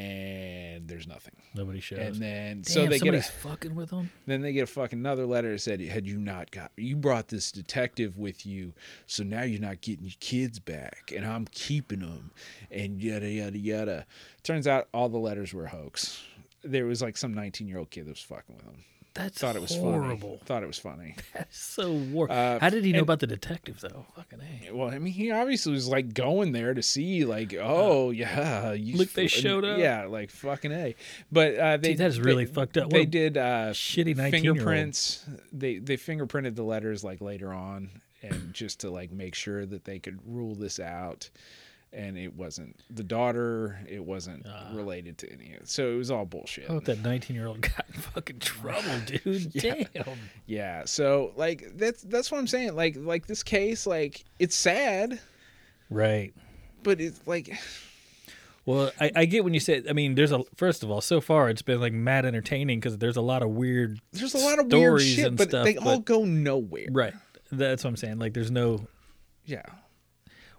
Speaker 2: and there's nothing.
Speaker 1: Nobody shows.
Speaker 2: And then
Speaker 1: Damn,
Speaker 2: so they get a,
Speaker 1: somebody's fucking with them.
Speaker 2: then they get a fucking another letter that said, "Had you not got you brought this detective with you, so now you're not getting your kids back, and I'm keeping them, and yada yada yada." Turns out all the letters were a hoax. There was like some 19 year old kid that was fucking with him.
Speaker 1: That's
Speaker 2: Thought it was
Speaker 1: horrible.
Speaker 2: funny. Thought it was funny.
Speaker 1: That's so war.
Speaker 2: Uh,
Speaker 1: How did he know
Speaker 2: and-
Speaker 1: about the detective though? Fucking a.
Speaker 2: Well, I mean, he obviously was like going there to see, like, oh yeah, you
Speaker 1: Uh. Look, they showed up.
Speaker 2: Yeah, like fucking a. But uh, they
Speaker 1: Dude, that is
Speaker 2: they-
Speaker 1: really fucked up. What
Speaker 2: They
Speaker 1: a
Speaker 2: did uh,
Speaker 1: shitty 19-year-old.
Speaker 2: fingerprints. They they fingerprinted the letters like later on, and just to like make sure that they could rule this out. And it wasn't the daughter. It wasn't
Speaker 1: Ah.
Speaker 2: related to any of it. So it was all bullshit.
Speaker 1: I hope that 19 year old got in fucking trouble, dude. Damn.
Speaker 2: Yeah. So like that's that's what I'm saying. Like like this case, like it's sad,
Speaker 1: Right.
Speaker 2: but it's like.
Speaker 1: Well, I, I get when you say. I mean, there's a first of all, so far it's been like mad entertaining because there's a lot of weird.
Speaker 2: there's a lot of weird
Speaker 1: stories
Speaker 2: shit,
Speaker 1: and
Speaker 2: but
Speaker 1: stuff,
Speaker 2: they all
Speaker 1: but-
Speaker 2: go nowhere.
Speaker 1: Right. That's what I'm saying. Like, there's no.
Speaker 2: Yeah.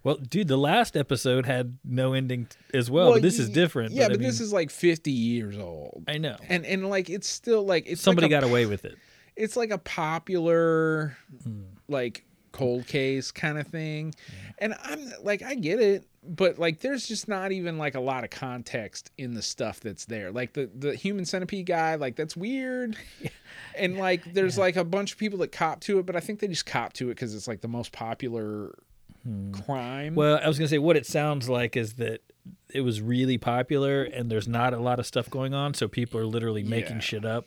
Speaker 1: Well, dude, the last episode had no ending t- as well. but this is
Speaker 2: y-
Speaker 1: different.
Speaker 2: Yeah,
Speaker 1: but,
Speaker 2: but,
Speaker 1: I mean,
Speaker 2: this is like 50 years old.
Speaker 1: I know.
Speaker 2: and and like it's still like it's
Speaker 1: Somebody
Speaker 2: like
Speaker 1: got away with it.
Speaker 2: a, it's like a popular like cold case kind of thing. And I'm like I get it, but like there's just not even like a lot of context in the stuff that's there. Like the the human centipede guy, like that's weird. And like there's like a bunch of people that cop to it, but I think they just cop to it cuz it's like the most popular crime.
Speaker 1: Well, I was gonna say what it sounds like is that it was really popular and there's not a lot of stuff going on, so people are literally
Speaker 2: Yeah.
Speaker 1: making shit up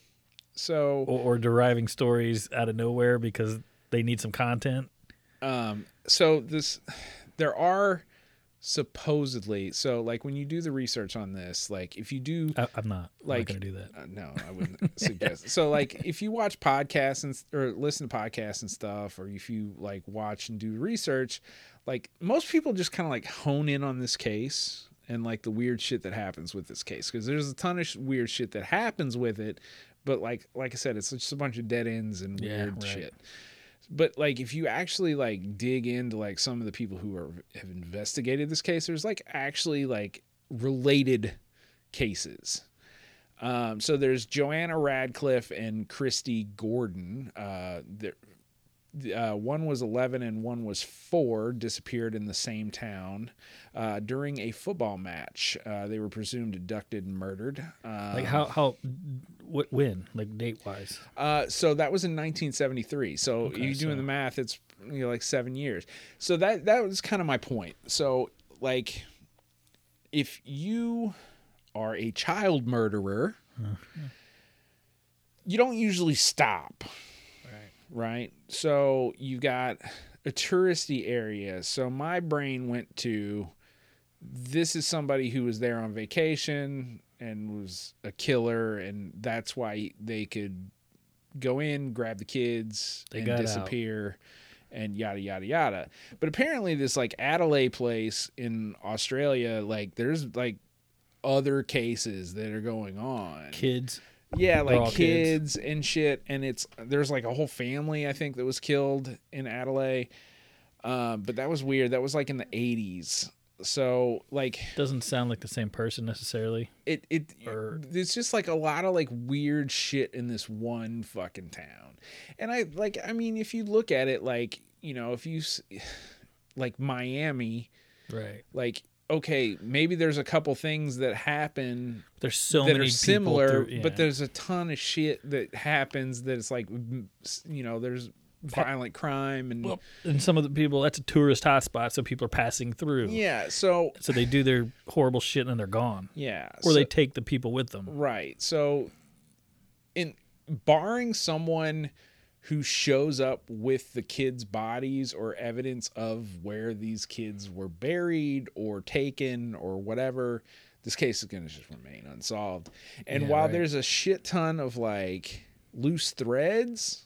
Speaker 2: so
Speaker 1: or, or deriving stories out of nowhere because they need some content.
Speaker 2: um so this there are supposedly so like when you do the research on this like if you do
Speaker 1: I, I'm not. I'm
Speaker 2: Like-
Speaker 1: not gonna do that.
Speaker 2: uh, no i wouldn't suggest so like if you watch podcasts and s- or listen to podcasts and stuff or if you like watch and do research like most people just kind of like hone in on this case and like the weird shit that happens with this case because there's a ton of sh- weird shit that happens with it but like like i said it's just a bunch of dead ends and
Speaker 1: Yeah,
Speaker 2: weird
Speaker 1: right.
Speaker 2: shit but like if you actually like dig into like some of the people who are have investigated this case there's like actually like related cases um, so there's joanna radcliffe and christy gordon uh, they're- the- uh, one was 11 and one was four disappeared in the same town uh, during a football match uh, they were presumed abducted and murdered uh,
Speaker 1: Like how how what when like date wise?
Speaker 2: uh, so that was in 1973. So you doing
Speaker 1: so-
Speaker 2: the math, it's you know, like seven years. So that that was kind of my point. So like, if you are a child murderer, you don't usually stop, right? So you got a touristy area. So my brain went to this is somebody who was there on vacation and was a killer and that's why they could go in grab the kids
Speaker 1: They
Speaker 2: and
Speaker 1: got out.
Speaker 2: disappear and yada yada yada but apparently this like adelaide place in australia like there's like other cases that are going on
Speaker 1: Kids.
Speaker 2: yeah
Speaker 1: They're all
Speaker 2: like
Speaker 1: kids.
Speaker 2: kids, and shit and it's there's like a whole family i think that was killed in adelaide um, but that was weird that was like in the 80s so like
Speaker 1: Doesn't sound like the same person necessarily.
Speaker 2: it it
Speaker 1: Or-
Speaker 2: it's just like a lot of like weird shit in this one fucking town and i like i mean if you look at it like you know if you s- like miami
Speaker 1: Right.
Speaker 2: like okay maybe there's a couple things that happen
Speaker 1: There's so
Speaker 2: that
Speaker 1: many
Speaker 2: are
Speaker 1: people
Speaker 2: similar,
Speaker 1: through- yeah.
Speaker 2: but there's a ton of shit that happens that it's like, mm, s- you know, there's violent crime and
Speaker 1: Well, and some of the people that's a tourist hotspot, so people are passing through.
Speaker 2: yeah, so
Speaker 1: So they do their horrible shit and they're gone.
Speaker 2: yeah,
Speaker 1: Or they
Speaker 2: so-
Speaker 1: take the people with them.
Speaker 2: right. So, in barring someone who shows up with the kids' bodies or evidence of where these kids were buried or taken or whatever, this case is going to just remain unsolved. And
Speaker 1: Yeah,
Speaker 2: while
Speaker 1: right.
Speaker 2: there's a shit ton of like loose threads,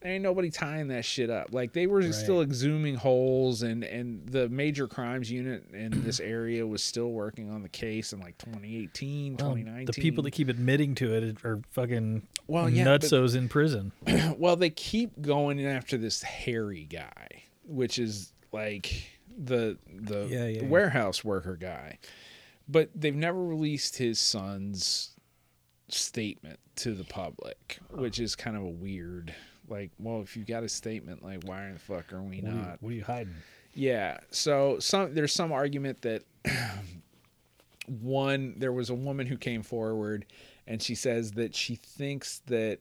Speaker 2: there ain't nobody tying that shit up. Like they were still exhuming holes, and and the major crimes unit in this area was still working on the case in like 2018,
Speaker 1: Well,
Speaker 2: 2019.
Speaker 1: Oh, Um, The people that keep admitting to it are fucking
Speaker 2: Well,
Speaker 1: well,
Speaker 2: yeah, but-
Speaker 1: nutsos in prison.
Speaker 2: well, they keep going after this hairy guy, which is like the the
Speaker 1: Yeah, yeah, yeah.
Speaker 2: warehouse worker guy. but they've never released his son's statement to the public, which is kind of a weird. Like, well, if you got a statement, like, why in the fuck are we
Speaker 1: What are you-
Speaker 2: not?
Speaker 1: what are you hiding?
Speaker 2: Yeah. So some there's some argument that one there was a woman who came forward and she says that she thinks that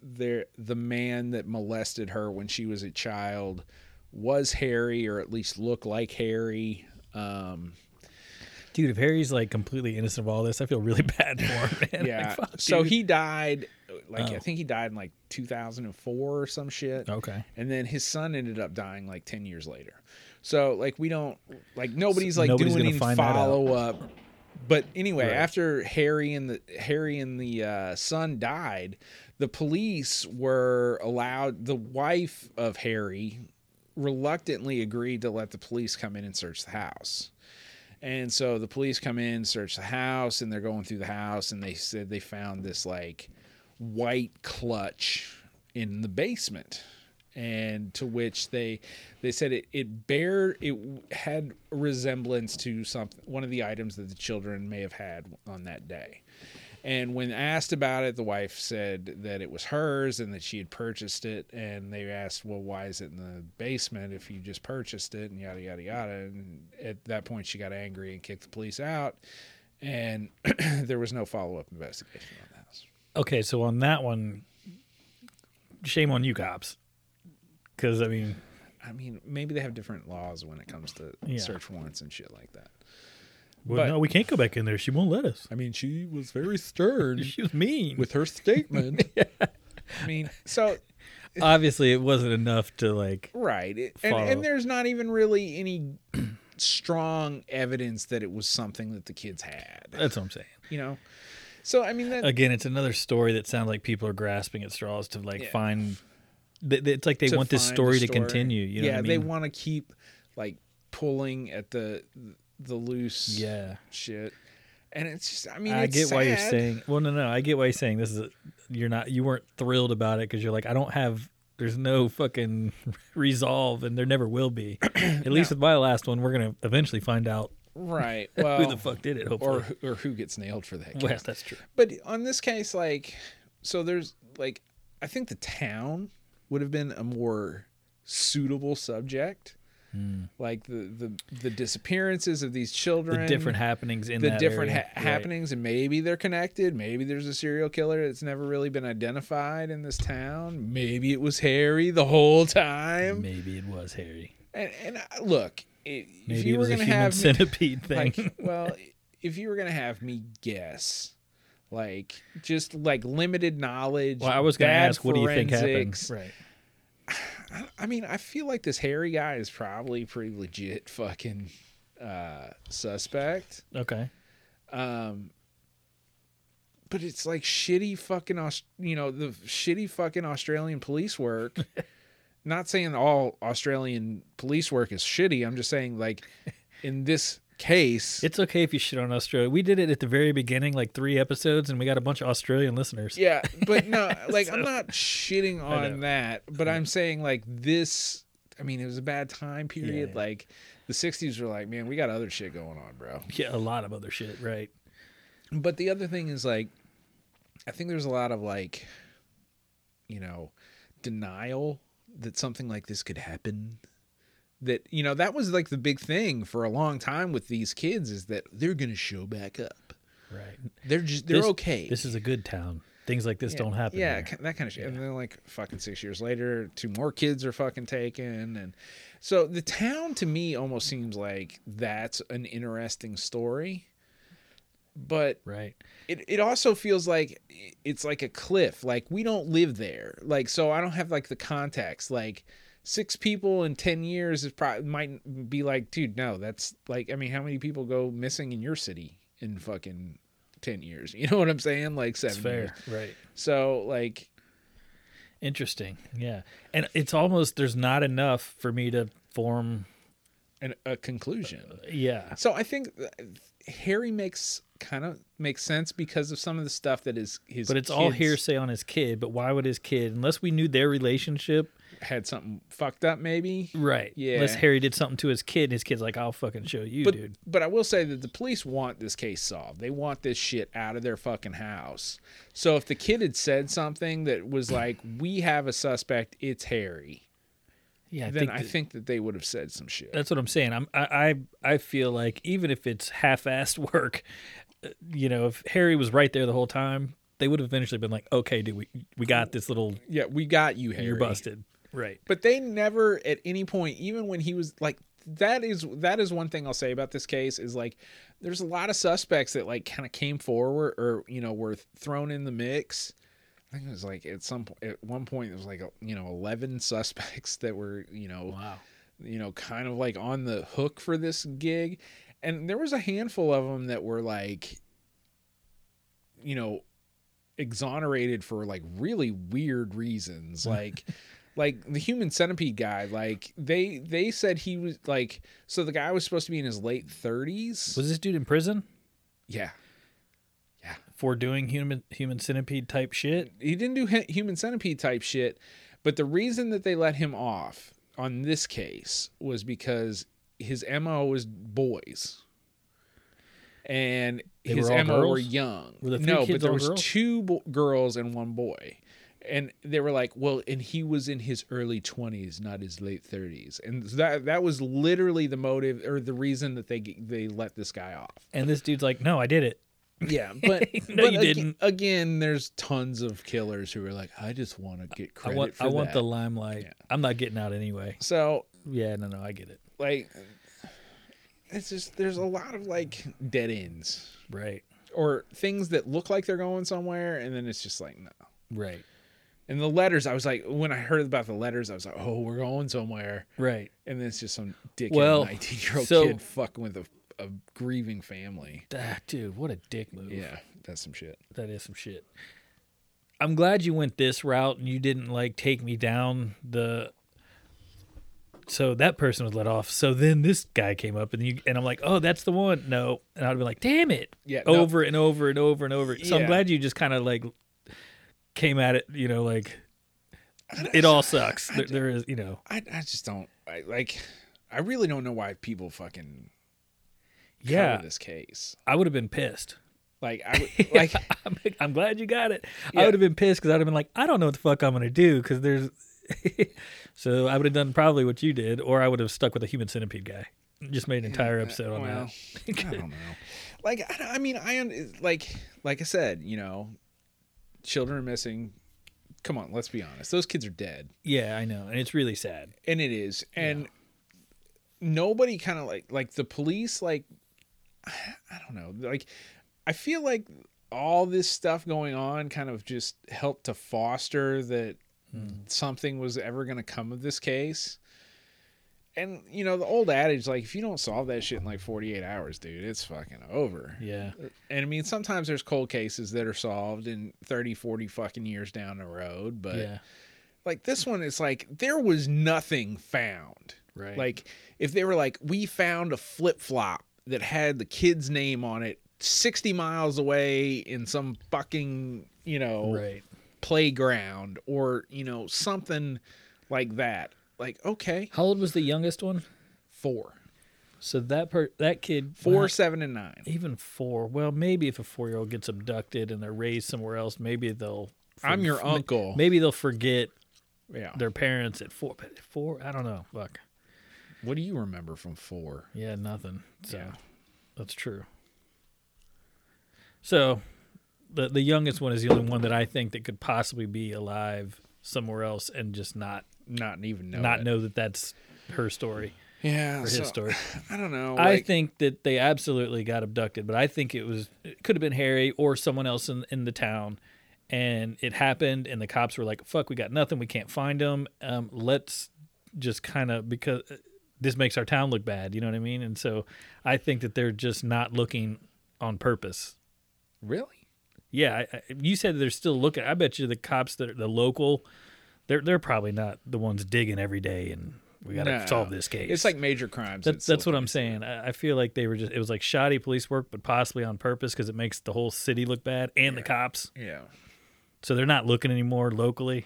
Speaker 2: there the man that molested her when she was a child was Harry or at least looked like Harry. Um
Speaker 1: Dude, if Harry's like completely innocent of all this, I feel really bad for him, man.
Speaker 2: yeah.
Speaker 1: Like, fuck,
Speaker 2: so
Speaker 1: dude.
Speaker 2: he died like
Speaker 1: Oh.
Speaker 2: I think he died in like 2004 or some shit.
Speaker 1: Okay.
Speaker 2: And then his son ended up dying like 10 years later. So like we don't like nobody's like
Speaker 1: nobody's
Speaker 2: doing
Speaker 1: gonna
Speaker 2: any
Speaker 1: find that out.
Speaker 2: follow up. But anyway,
Speaker 1: Right.
Speaker 2: after Harry and the Harry and the uh, son died, the police were allowed the wife of Harry reluctantly agreed to let the police come in and search the house. And so the police come in, search the house, and they're going through the house, and they said they found this like white clutch in the basement. And to which they they said it it bare it had a resemblance to something one of the items that the children may have had on that day. And when asked about it, the wife said that it was hers and that she had purchased it. And they asked, "Well, why is it in the basement if you just purchased it?" And yada yada yada. And at that point, she got angry and kicked the police out. And there was no follow up investigation on the house.
Speaker 1: Okay, so on that one, shame on you cops. Because, I mean,
Speaker 2: I mean, maybe they have different laws when it comes to
Speaker 1: Yeah.
Speaker 2: search warrants and shit like that.
Speaker 1: well,
Speaker 2: But-
Speaker 1: no, we can't go back in there. She won't let us.
Speaker 2: I mean, she was very stern
Speaker 1: She was mean.
Speaker 2: with her statement. I mean, so
Speaker 1: Obviously, it wasn't enough to, like,
Speaker 2: Right. It- and,
Speaker 1: follow.
Speaker 2: and there's not even really any strong evidence that it was something that the kids had,
Speaker 1: that's what I'm saying.
Speaker 2: you know? So, I mean, that,
Speaker 1: Again, it's another story that sounds like people are grasping at straws to, like,
Speaker 2: Yeah.
Speaker 1: find. th- th- It's like they
Speaker 2: to
Speaker 1: want this
Speaker 2: find
Speaker 1: story,
Speaker 2: the
Speaker 1: to continue. You know
Speaker 2: yeah,
Speaker 1: what I mean?
Speaker 2: they want to keep like pulling at the the loose
Speaker 1: Yeah.
Speaker 2: shit. And it's just, I mean,
Speaker 1: I
Speaker 2: it's
Speaker 1: get why you're
Speaker 2: sad.
Speaker 1: saying. Well, no, no, I get why you're saying this is. A, you're not. You weren't thrilled about it because you're like, I don't have. There's no fucking resolve, and there never will be. At least with my last one, we're gonna eventually find out
Speaker 2: Right. Well,
Speaker 1: who the fuck did it.
Speaker 2: Oh, or,
Speaker 1: Hopefully,
Speaker 2: who- or who gets nailed for that.
Speaker 1: well,
Speaker 2: case.
Speaker 1: that's true.
Speaker 2: But on this case, like, so there's like, I think the town would have been a more suitable subject. Like the, the the disappearances of these children,
Speaker 1: Hmm. The different happenings in
Speaker 2: the
Speaker 1: that
Speaker 2: different
Speaker 1: area.
Speaker 2: ha-
Speaker 1: Right.
Speaker 2: happenings, and maybe they're connected. Maybe there's a serial killer that's never really been identified in this town. Maybe it was Harry the whole time.
Speaker 1: Maybe it was Harry.
Speaker 2: And, and uh, look, i- if
Speaker 1: Maybe
Speaker 2: you
Speaker 1: it
Speaker 2: were
Speaker 1: was a
Speaker 2: going to
Speaker 1: human
Speaker 2: have me-
Speaker 1: centipede thing.
Speaker 2: like, well, if you were gonna have me guess, like just like limited knowledge.
Speaker 1: well, I was gonna
Speaker 2: bad
Speaker 1: ask, what do you think happened?
Speaker 2: forensics.
Speaker 1: Right.
Speaker 2: I mean, I feel like this Harry guy is probably pretty legit fucking uh, suspect.
Speaker 1: Okay.
Speaker 2: Um, but it's like shitty fucking Aus- you know the shitty fucking Australian police work. Not saying all Australian police work is shitty. I'm just saying like in this case,
Speaker 1: It's okay if you shit on Australia. We did it at the very beginning, like three episodes, and we got a bunch of Australian listeners.
Speaker 2: Yeah, but no, like I'm
Speaker 1: So-
Speaker 2: not shitting
Speaker 1: know.
Speaker 2: on that, but I'm saying like this. I mean, it was a bad time period.
Speaker 1: yeah.
Speaker 2: Like the '60s were like, man, we got other shit going on, bro.
Speaker 1: yeah, a lot of other shit. Right.
Speaker 2: But the other thing is like, I think there's a lot of like, you know, denial that something like this could happen. That you know that was like the big thing for a long time with these kids is that they're gonna show back up.
Speaker 1: Right.
Speaker 2: They're just they're
Speaker 1: This-
Speaker 2: okay.
Speaker 1: This is a good town. Things like this
Speaker 2: Yeah,
Speaker 1: don't happen.
Speaker 2: Yeah,
Speaker 1: here.
Speaker 2: ki- that kind of shit. And then like fucking six years later, two more kids are fucking taken, and so the town to me almost seems like that's an interesting story. But
Speaker 1: right.
Speaker 2: it, it also feels like i- it's like a cliff. Like we don't live there. Like so I don't have like the context. Like six people in ten years is probably might be like, dude, no, that's like I mean, how many people go missing in your city in fucking ten years? You know what I'm saying? Like
Speaker 1: It's
Speaker 2: seven years.
Speaker 1: fair. Right.
Speaker 2: So like
Speaker 1: Interesting. Yeah. And it's almost there's not enough for me to form.
Speaker 2: an, a conclusion.
Speaker 1: Yeah.
Speaker 2: So I think th- Harry makes kind of makes sense because of some of the stuff that is his.
Speaker 1: But it's all
Speaker 2: kids-
Speaker 1: hearsay on his kid. But why would his kid, unless we knew their relationship,
Speaker 2: had something fucked up, maybe.
Speaker 1: Right.
Speaker 2: Yeah.
Speaker 1: Unless Harry did something to his kid, and his kid's like, "I'll fucking show you,
Speaker 2: But
Speaker 1: dude."
Speaker 2: but I will say that the police want this case solved. They want this shit out of their fucking house. So if the kid had said something that was like, "We have a suspect. It's Harry,"
Speaker 1: Yeah. I
Speaker 2: then
Speaker 1: think
Speaker 2: I
Speaker 1: that- Uh,
Speaker 2: think that they would have said some shit.
Speaker 1: that's what I'm saying. I'm I I, I feel like even if it's half-assed work, uh, you know, if Harry was right there the whole time, they would have eventually been like, "Okay, dude, we we got this little.
Speaker 2: yeah, we got you, Harry.
Speaker 1: You're busted." Right.
Speaker 2: But they never at any point, even when he was like that is that is one thing I'll say about this case is like there's a lot of suspects that like kind of came forward or you know were thrown in the mix. I think it was like at some po- at one point it was like you know 11 suspects that were, you know,
Speaker 1: Wow.
Speaker 2: you know, kind of like on the hook for this gig. And there was a handful of them that were like, you know, exonerated for like really weird reasons. Like, like the human centipede guy, like they, they said he was like, so the guy was supposed to be in his late thirties.
Speaker 1: Was this dude in prison
Speaker 2: Yeah.
Speaker 1: for doing human human centipede type shit?
Speaker 2: he didn't do hu- human centipede type shit, but the reason that they let him off on this case was because his mo was boys, and
Speaker 1: They
Speaker 2: his
Speaker 1: were all
Speaker 2: mo were
Speaker 1: girls?
Speaker 2: young.
Speaker 1: Were the three
Speaker 2: no,
Speaker 1: kids
Speaker 2: but there
Speaker 1: all
Speaker 2: was
Speaker 1: girls?
Speaker 2: two bo- girls and one boy, and they were like, well, and he was in his early twenties, not his late thirties, and that that was literally the motive or the reason that they g- they let this guy off.
Speaker 1: And this dude's like, "No, I did it."
Speaker 2: Yeah, but
Speaker 1: No,
Speaker 2: but
Speaker 1: you
Speaker 2: aga-
Speaker 1: didn't.
Speaker 2: Again, there's tons of killers who are like, I just want to get
Speaker 1: I
Speaker 2: credit
Speaker 1: want
Speaker 2: for
Speaker 1: I want
Speaker 2: that."
Speaker 1: the limelight. I'm not getting out anyway.
Speaker 2: So
Speaker 1: Yeah, no, no, I get it.
Speaker 2: like, it's just there's a lot of like dead ends
Speaker 1: Right.
Speaker 2: or things that look like they're going somewhere, and then it's just like no.
Speaker 1: Right.
Speaker 2: And the letters, I was like, when I heard about the letters, I was like, oh, we're going somewhere,
Speaker 1: Right.
Speaker 2: and then it's just some dickhead
Speaker 1: Well,
Speaker 2: 19 year old
Speaker 1: so-
Speaker 2: kid fucking with a, a grieving family.
Speaker 1: Ah, dude, what a dick move.
Speaker 2: Yeah, that's some shit.
Speaker 1: That is some shit. I'm glad you went this route and you didn't like take me down the so that person was let off. So then this guy came up and you and I'm like, oh, that's the one. No, and I'd be like, damn it,
Speaker 2: Yeah, no.
Speaker 1: over and over and over and over. So I'm
Speaker 2: Yeah.
Speaker 1: glad you just kind of like came at it, you know, like it all sucks. There, there is, you know,
Speaker 2: I I just don't I, like. I really don't know why people fucking cover
Speaker 1: yeah.
Speaker 2: this case.
Speaker 1: I would have been pissed.
Speaker 2: Like I would, like
Speaker 1: I'm, I'm glad you got it. I
Speaker 2: Yeah.
Speaker 1: would have been pissed because I'd have been like, I don't know what the fuck I'm gonna do because there's. so I would have done probably what you did, or I would have stuck with a human centipede guy. Just made an entire episode on
Speaker 2: well, I
Speaker 1: that.
Speaker 2: don't know. Like I, I mean I un- like like I said, you know, children are missing. Come on, let's be honest. Those kids are dead.
Speaker 1: yeah, I know, and it's really sad.
Speaker 2: and it is and nobody kind of like like the police like i don't know like i feel like all this stuff going on kind of just helped to foster that
Speaker 1: Hmm.
Speaker 2: something was ever going to come of this case and you know the old adage like if you don't solve that shit in like 48 hours dude it's fucking over
Speaker 1: Yeah,
Speaker 2: and i mean sometimes there's cold cases that are solved in 30 40 fucking years down the road but
Speaker 1: yeah,
Speaker 2: like this one is like there was nothing found
Speaker 1: right.
Speaker 2: like if they were like we found a flip-flop that had the kid's name on it 60 miles away in some fucking you know
Speaker 1: right,
Speaker 2: playground or you know something like that like okay
Speaker 1: how old was the youngest one?
Speaker 2: four
Speaker 1: So that per that kid
Speaker 2: four
Speaker 1: well,
Speaker 2: seven and nine
Speaker 1: even four. Well, maybe if a four year old gets abducted and they're raised somewhere else, maybe they'll.
Speaker 2: i'm your uncle
Speaker 1: Maybe they'll forget
Speaker 2: yeah
Speaker 1: their parents at four. But four, I don't know. Fuck.
Speaker 2: what do you remember from four
Speaker 1: Yeah, nothing. So
Speaker 2: Yeah.
Speaker 1: that's true. So the the youngest one is the only one that I think that could possibly be alive somewhere else and just not
Speaker 2: not even know
Speaker 1: not
Speaker 2: it.
Speaker 1: know that that's her story
Speaker 2: yeah
Speaker 1: or
Speaker 2: so,
Speaker 1: his story.
Speaker 2: i don't know
Speaker 1: I
Speaker 2: like-
Speaker 1: think that they absolutely got abducted, but I think it was it could have been Harry or someone else in in the town. And it happened, and the cops were like, "Fuck, we got nothing. We can't find them. Um, let's just kind of because uh, this makes our town look bad. You know what I mean? And so I think that they're just not looking on purpose.
Speaker 2: really
Speaker 1: Yeah, I, I, you said they're still looking. I bet you the cops that are the local, they're they're probably not the ones digging every day. And we got to
Speaker 2: No.
Speaker 1: solve this case.
Speaker 2: it's like major crimes
Speaker 1: That's that's what I'm saying. I, I feel like they were just it was like shoddy police work, but possibly on purpose because it makes the whole city look bad and the cops.
Speaker 2: yeah
Speaker 1: So they're not looking anymore locally.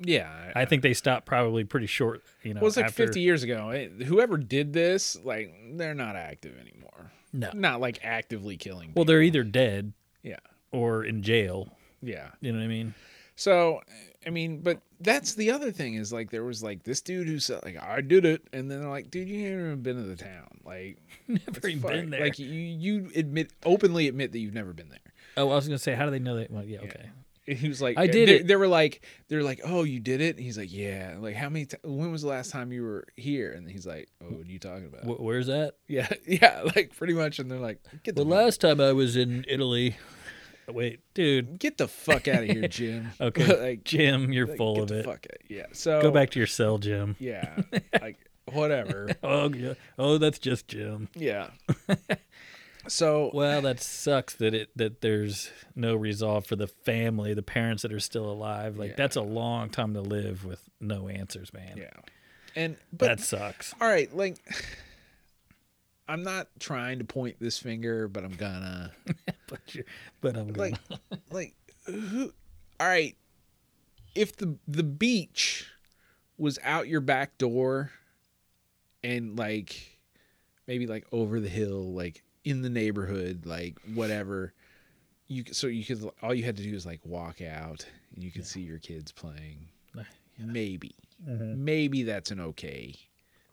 Speaker 2: Yeah,
Speaker 1: I think they stopped probably pretty short. You know,
Speaker 2: Well, it's like
Speaker 1: after-
Speaker 2: 50 years ago. Eh, Whoever did this, like, they're not active anymore.
Speaker 1: No.
Speaker 2: Not like actively killing.
Speaker 1: Well, they're either dead
Speaker 2: people.
Speaker 1: or in jail.
Speaker 2: yeah, yeah.
Speaker 1: You know what I mean?
Speaker 2: So, I mean, but that's the other thing is like there was like this dude who said like I did it, and then they're like, dude, you ain't even been to the town. Like,
Speaker 1: Never even
Speaker 2: fuck.
Speaker 1: been there.
Speaker 2: Like you, you admit openly admit that you've never been there.
Speaker 1: oh, I was gonna say, how do they know that? Well, yeah, okay.
Speaker 2: And he was like,
Speaker 1: I did
Speaker 2: They,
Speaker 1: it.
Speaker 2: they were like, they're like, oh, you did it. And he's like, yeah. Like, how many? T- when was the last time you were here? And he's like, oh, what are you talking about?
Speaker 1: Wh- where's that?
Speaker 2: Yeah, yeah, like pretty much. And they're like, get the
Speaker 1: The last time I was in Italy. Wait, dude.
Speaker 2: get the fuck out of here, Jim.
Speaker 1: Okay,
Speaker 2: like
Speaker 1: Jim, you're
Speaker 2: like,
Speaker 1: full
Speaker 2: get
Speaker 1: of
Speaker 2: the
Speaker 1: it.
Speaker 2: Fuck out. Yeah. So
Speaker 1: Go back to your cell, Jim.
Speaker 2: Yeah. Like whatever.
Speaker 1: Oh, yeah. oh, that's just Jim.
Speaker 2: Yeah. So
Speaker 1: Well, that sucks that it that there's no resolve for the family, the parents that are still alive. Like
Speaker 2: Yeah.
Speaker 1: that's a long time to live with no answers, man.
Speaker 2: yeah, and but
Speaker 1: that sucks.
Speaker 2: all right, like I'm not trying to point this finger, but I'm gonna
Speaker 1: But, you're, but I'm going
Speaker 2: like like who? All right, if the the beach was out your back door, and like maybe like over the hill, like in the neighborhood, like whatever. You c- so you could all you had to do is like walk out and you could see your kids playing.
Speaker 1: Yeah. Mm-hmm.
Speaker 2: Maybe, maybe that's an okay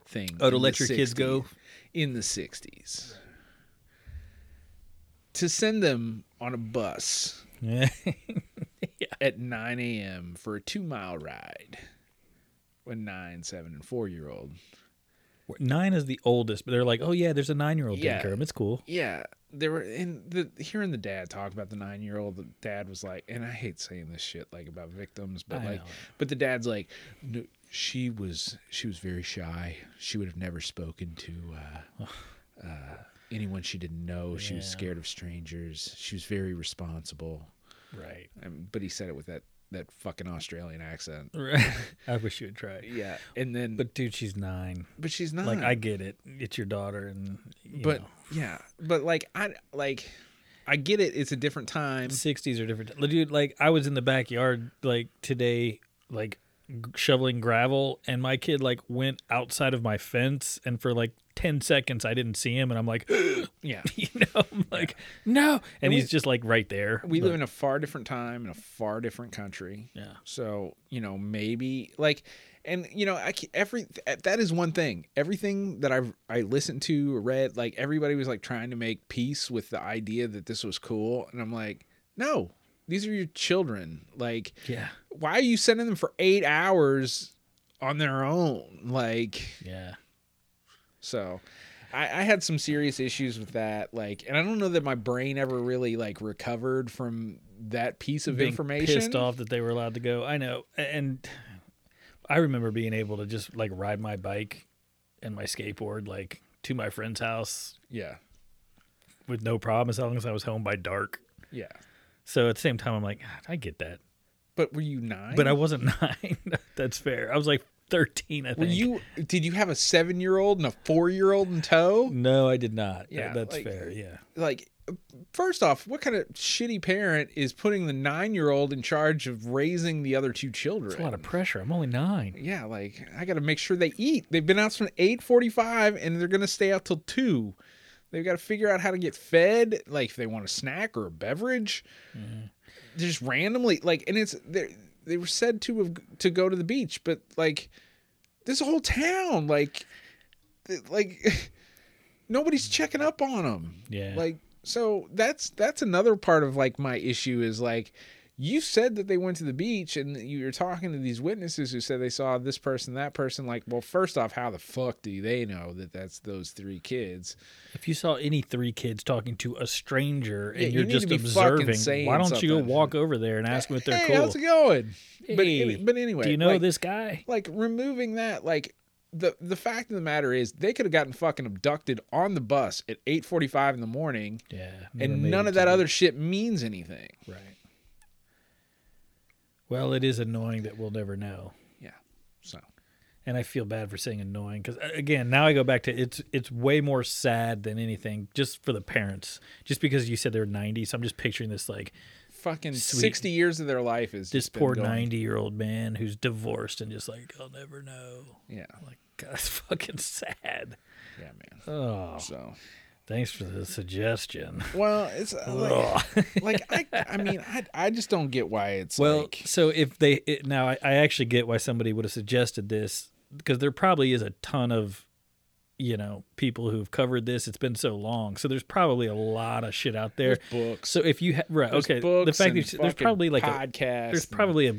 Speaker 2: thing.
Speaker 1: Oh, to
Speaker 2: in
Speaker 1: let
Speaker 2: the
Speaker 1: your kids go?
Speaker 2: 60s in the '60s. To send them on a bus
Speaker 1: yeah.
Speaker 2: at 9 a.m. for a two mile ride with nine, seven, and four year old.
Speaker 1: Nine is the oldest, but they're like, oh yeah, there's a nine year old
Speaker 2: Yeah.
Speaker 1: daycare. It's cool.
Speaker 2: Yeah, there were and the hearing the dad talk about the nine year old. The dad was like, and I hate saying this shit like about victims, but
Speaker 1: I
Speaker 2: like,
Speaker 1: know.
Speaker 2: but the dad's like, no, she was she was very shy. She would have never spoken to. Uh, uh, Anyone she didn't know, she was
Speaker 1: Yeah.
Speaker 2: scared of strangers. She was very responsible,
Speaker 1: Right.
Speaker 2: um, but he said it with that that fucking Australian accent.
Speaker 1: Right. I wish you would try. it.
Speaker 2: Yeah, and then but
Speaker 1: But dude, she's nine.
Speaker 2: but she's not
Speaker 1: Like I get it. It's your daughter, and you
Speaker 2: but
Speaker 1: know.
Speaker 2: yeah but like i like i get it it's a different time
Speaker 1: 60s are different. Like, Dude, like I was in the backyard like today, like g- shoveling gravel, and my kid like went outside of my fence, and for like 10 seconds I didn't see him, and I'm like,
Speaker 2: yeah
Speaker 1: you know, I'm like, no, and,
Speaker 2: And we-
Speaker 1: he's just like right there.
Speaker 2: we
Speaker 1: But-
Speaker 2: live in a far different time in a far different country
Speaker 1: yeah,
Speaker 2: so you know maybe like and you know I, ca- every that is one thing everything that i've i listened to or read like everybody was like trying to make peace with the idea that this was cool and i'm like no these are your children like
Speaker 1: yeah,
Speaker 2: why are you sending them for eight hours on their own like
Speaker 1: yeah.
Speaker 2: So I, I had some serious issues with that. Like, and I don't know that my brain ever really like recovered from that piece of
Speaker 1: Being
Speaker 2: information.
Speaker 1: pissed off that they were allowed to go. I know, A- and I remember being able to just like ride my bike and my skateboard like to my friend's house
Speaker 2: Yeah.
Speaker 1: with no problem as long as I was home by dark.
Speaker 2: Yeah.
Speaker 1: So at the same time, I'm like, "God, I get that.
Speaker 2: But were you nine?
Speaker 1: But I wasn't nine. That's fair. I was like 13, I
Speaker 2: were
Speaker 1: think.
Speaker 2: you, did you have a seven year old and a four year old in tow?
Speaker 1: No, I did not.
Speaker 2: Yeah,
Speaker 1: Yeah, that's
Speaker 2: like-
Speaker 1: fair. Yeah.
Speaker 2: Like, first off, what kind of shitty parent is putting the nine year old in charge of raising the other two children?
Speaker 1: It's a lot of pressure. I'm only nine.
Speaker 2: yeah, like I got to make sure they eat. They've been out from eight forty-five, and they're gonna stay out till two. They've got to figure out how to get fed, like if they want a snack or a beverage. Just randomly, like, and it's they they were said to have to go to the beach, but like this whole town, like, th- like nobody's checking up on them.
Speaker 1: Yeah.
Speaker 2: Like so that's that's another part of like my issue is like you said that they went to the beach and you're talking to these witnesses who said they saw this person that person like well first off how the fuck do they know that that's those three kids
Speaker 1: If you saw any three kids talking to a stranger and
Speaker 2: Yeah, you
Speaker 1: you're
Speaker 2: need to
Speaker 1: just
Speaker 2: be fucking
Speaker 1: observing,
Speaker 2: saying
Speaker 1: why don't you go
Speaker 2: something.
Speaker 1: walk over there and ask them if they're
Speaker 2: hey
Speaker 1: cool?
Speaker 2: how's it going but,
Speaker 1: Hey,
Speaker 2: but anyway
Speaker 1: Do you know
Speaker 2: like,
Speaker 1: this guy?
Speaker 2: like removing that like the the fact of the matter is they could have gotten fucking abducted on the bus at 8:45 in the morning
Speaker 1: Yeah. never
Speaker 2: and
Speaker 1: made
Speaker 2: none
Speaker 1: it
Speaker 2: of that
Speaker 1: to-
Speaker 2: other shit means anything
Speaker 1: Right. Well, it is annoying that we'll never know.
Speaker 2: yeah so
Speaker 1: and I feel bad for saying annoying because again, now I go back to it's it's way more sad than anything, just for the parents, just because you said they're ninety. So I'm just picturing this like
Speaker 2: fucking
Speaker 1: Sweet.
Speaker 2: 60 years of their life is
Speaker 1: This
Speaker 2: just been
Speaker 1: poor
Speaker 2: going-
Speaker 1: 90 year old man who's divorced and just like, I'll never know.
Speaker 2: Yeah.
Speaker 1: Like, God, that's fucking sad.
Speaker 2: Yeah, man.
Speaker 1: Oh,
Speaker 2: So,
Speaker 1: thanks for the suggestion.
Speaker 2: well, it's uh, like,
Speaker 1: Ugh.
Speaker 2: like I, I mean, I, I just don't get why it's
Speaker 1: Well,
Speaker 2: like,
Speaker 1: so if they it, now, I, I actually get why somebody would have suggested this because there probably is a ton of, you know, people who've covered this. It's been so long, so there's probably a lot of shit out there.
Speaker 2: there's books.
Speaker 1: So if you ha- right,
Speaker 2: there's
Speaker 1: okay,
Speaker 2: books
Speaker 1: the fact
Speaker 2: and
Speaker 1: that you- there's
Speaker 2: fucking
Speaker 1: probably like a,
Speaker 2: podcasts.
Speaker 1: there's
Speaker 2: and-
Speaker 1: probably a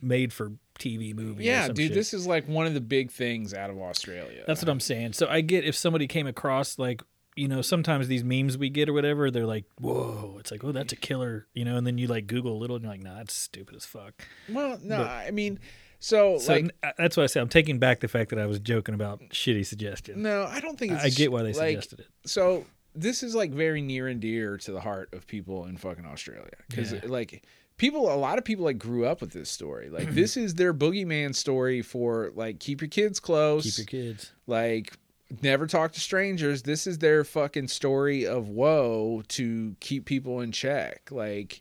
Speaker 1: made for TV movie. or
Speaker 2: yeah,
Speaker 1: some
Speaker 2: dude.
Speaker 1: shit.
Speaker 2: This is like one of the big things out of Australia.
Speaker 1: That's what I'm saying. So I get if somebody came across like you know sometimes these memes we get or whatever they're like whoa it's like oh that's a killer you know and then you like Google a little and you're like nah that's stupid as fuck.
Speaker 2: Well, no,
Speaker 1: But-
Speaker 2: I mean, so,
Speaker 1: So
Speaker 2: like,
Speaker 1: n- uh, that's why I say I'm taking back the fact that I was joking about shitty suggestions.
Speaker 2: no, I don't think it's
Speaker 1: I get why they
Speaker 2: like,
Speaker 1: suggested it.
Speaker 2: so this is like very near and dear to the heart of people in fucking Australia because
Speaker 1: Yeah.
Speaker 2: like people, a lot of people like grew up with this story.
Speaker 1: Mm-hmm.
Speaker 2: Like this is their boogeyman story for like keep your kids close,
Speaker 1: Keep your kids.
Speaker 2: like never talk to strangers. This is their fucking story of woe to keep people in check. Like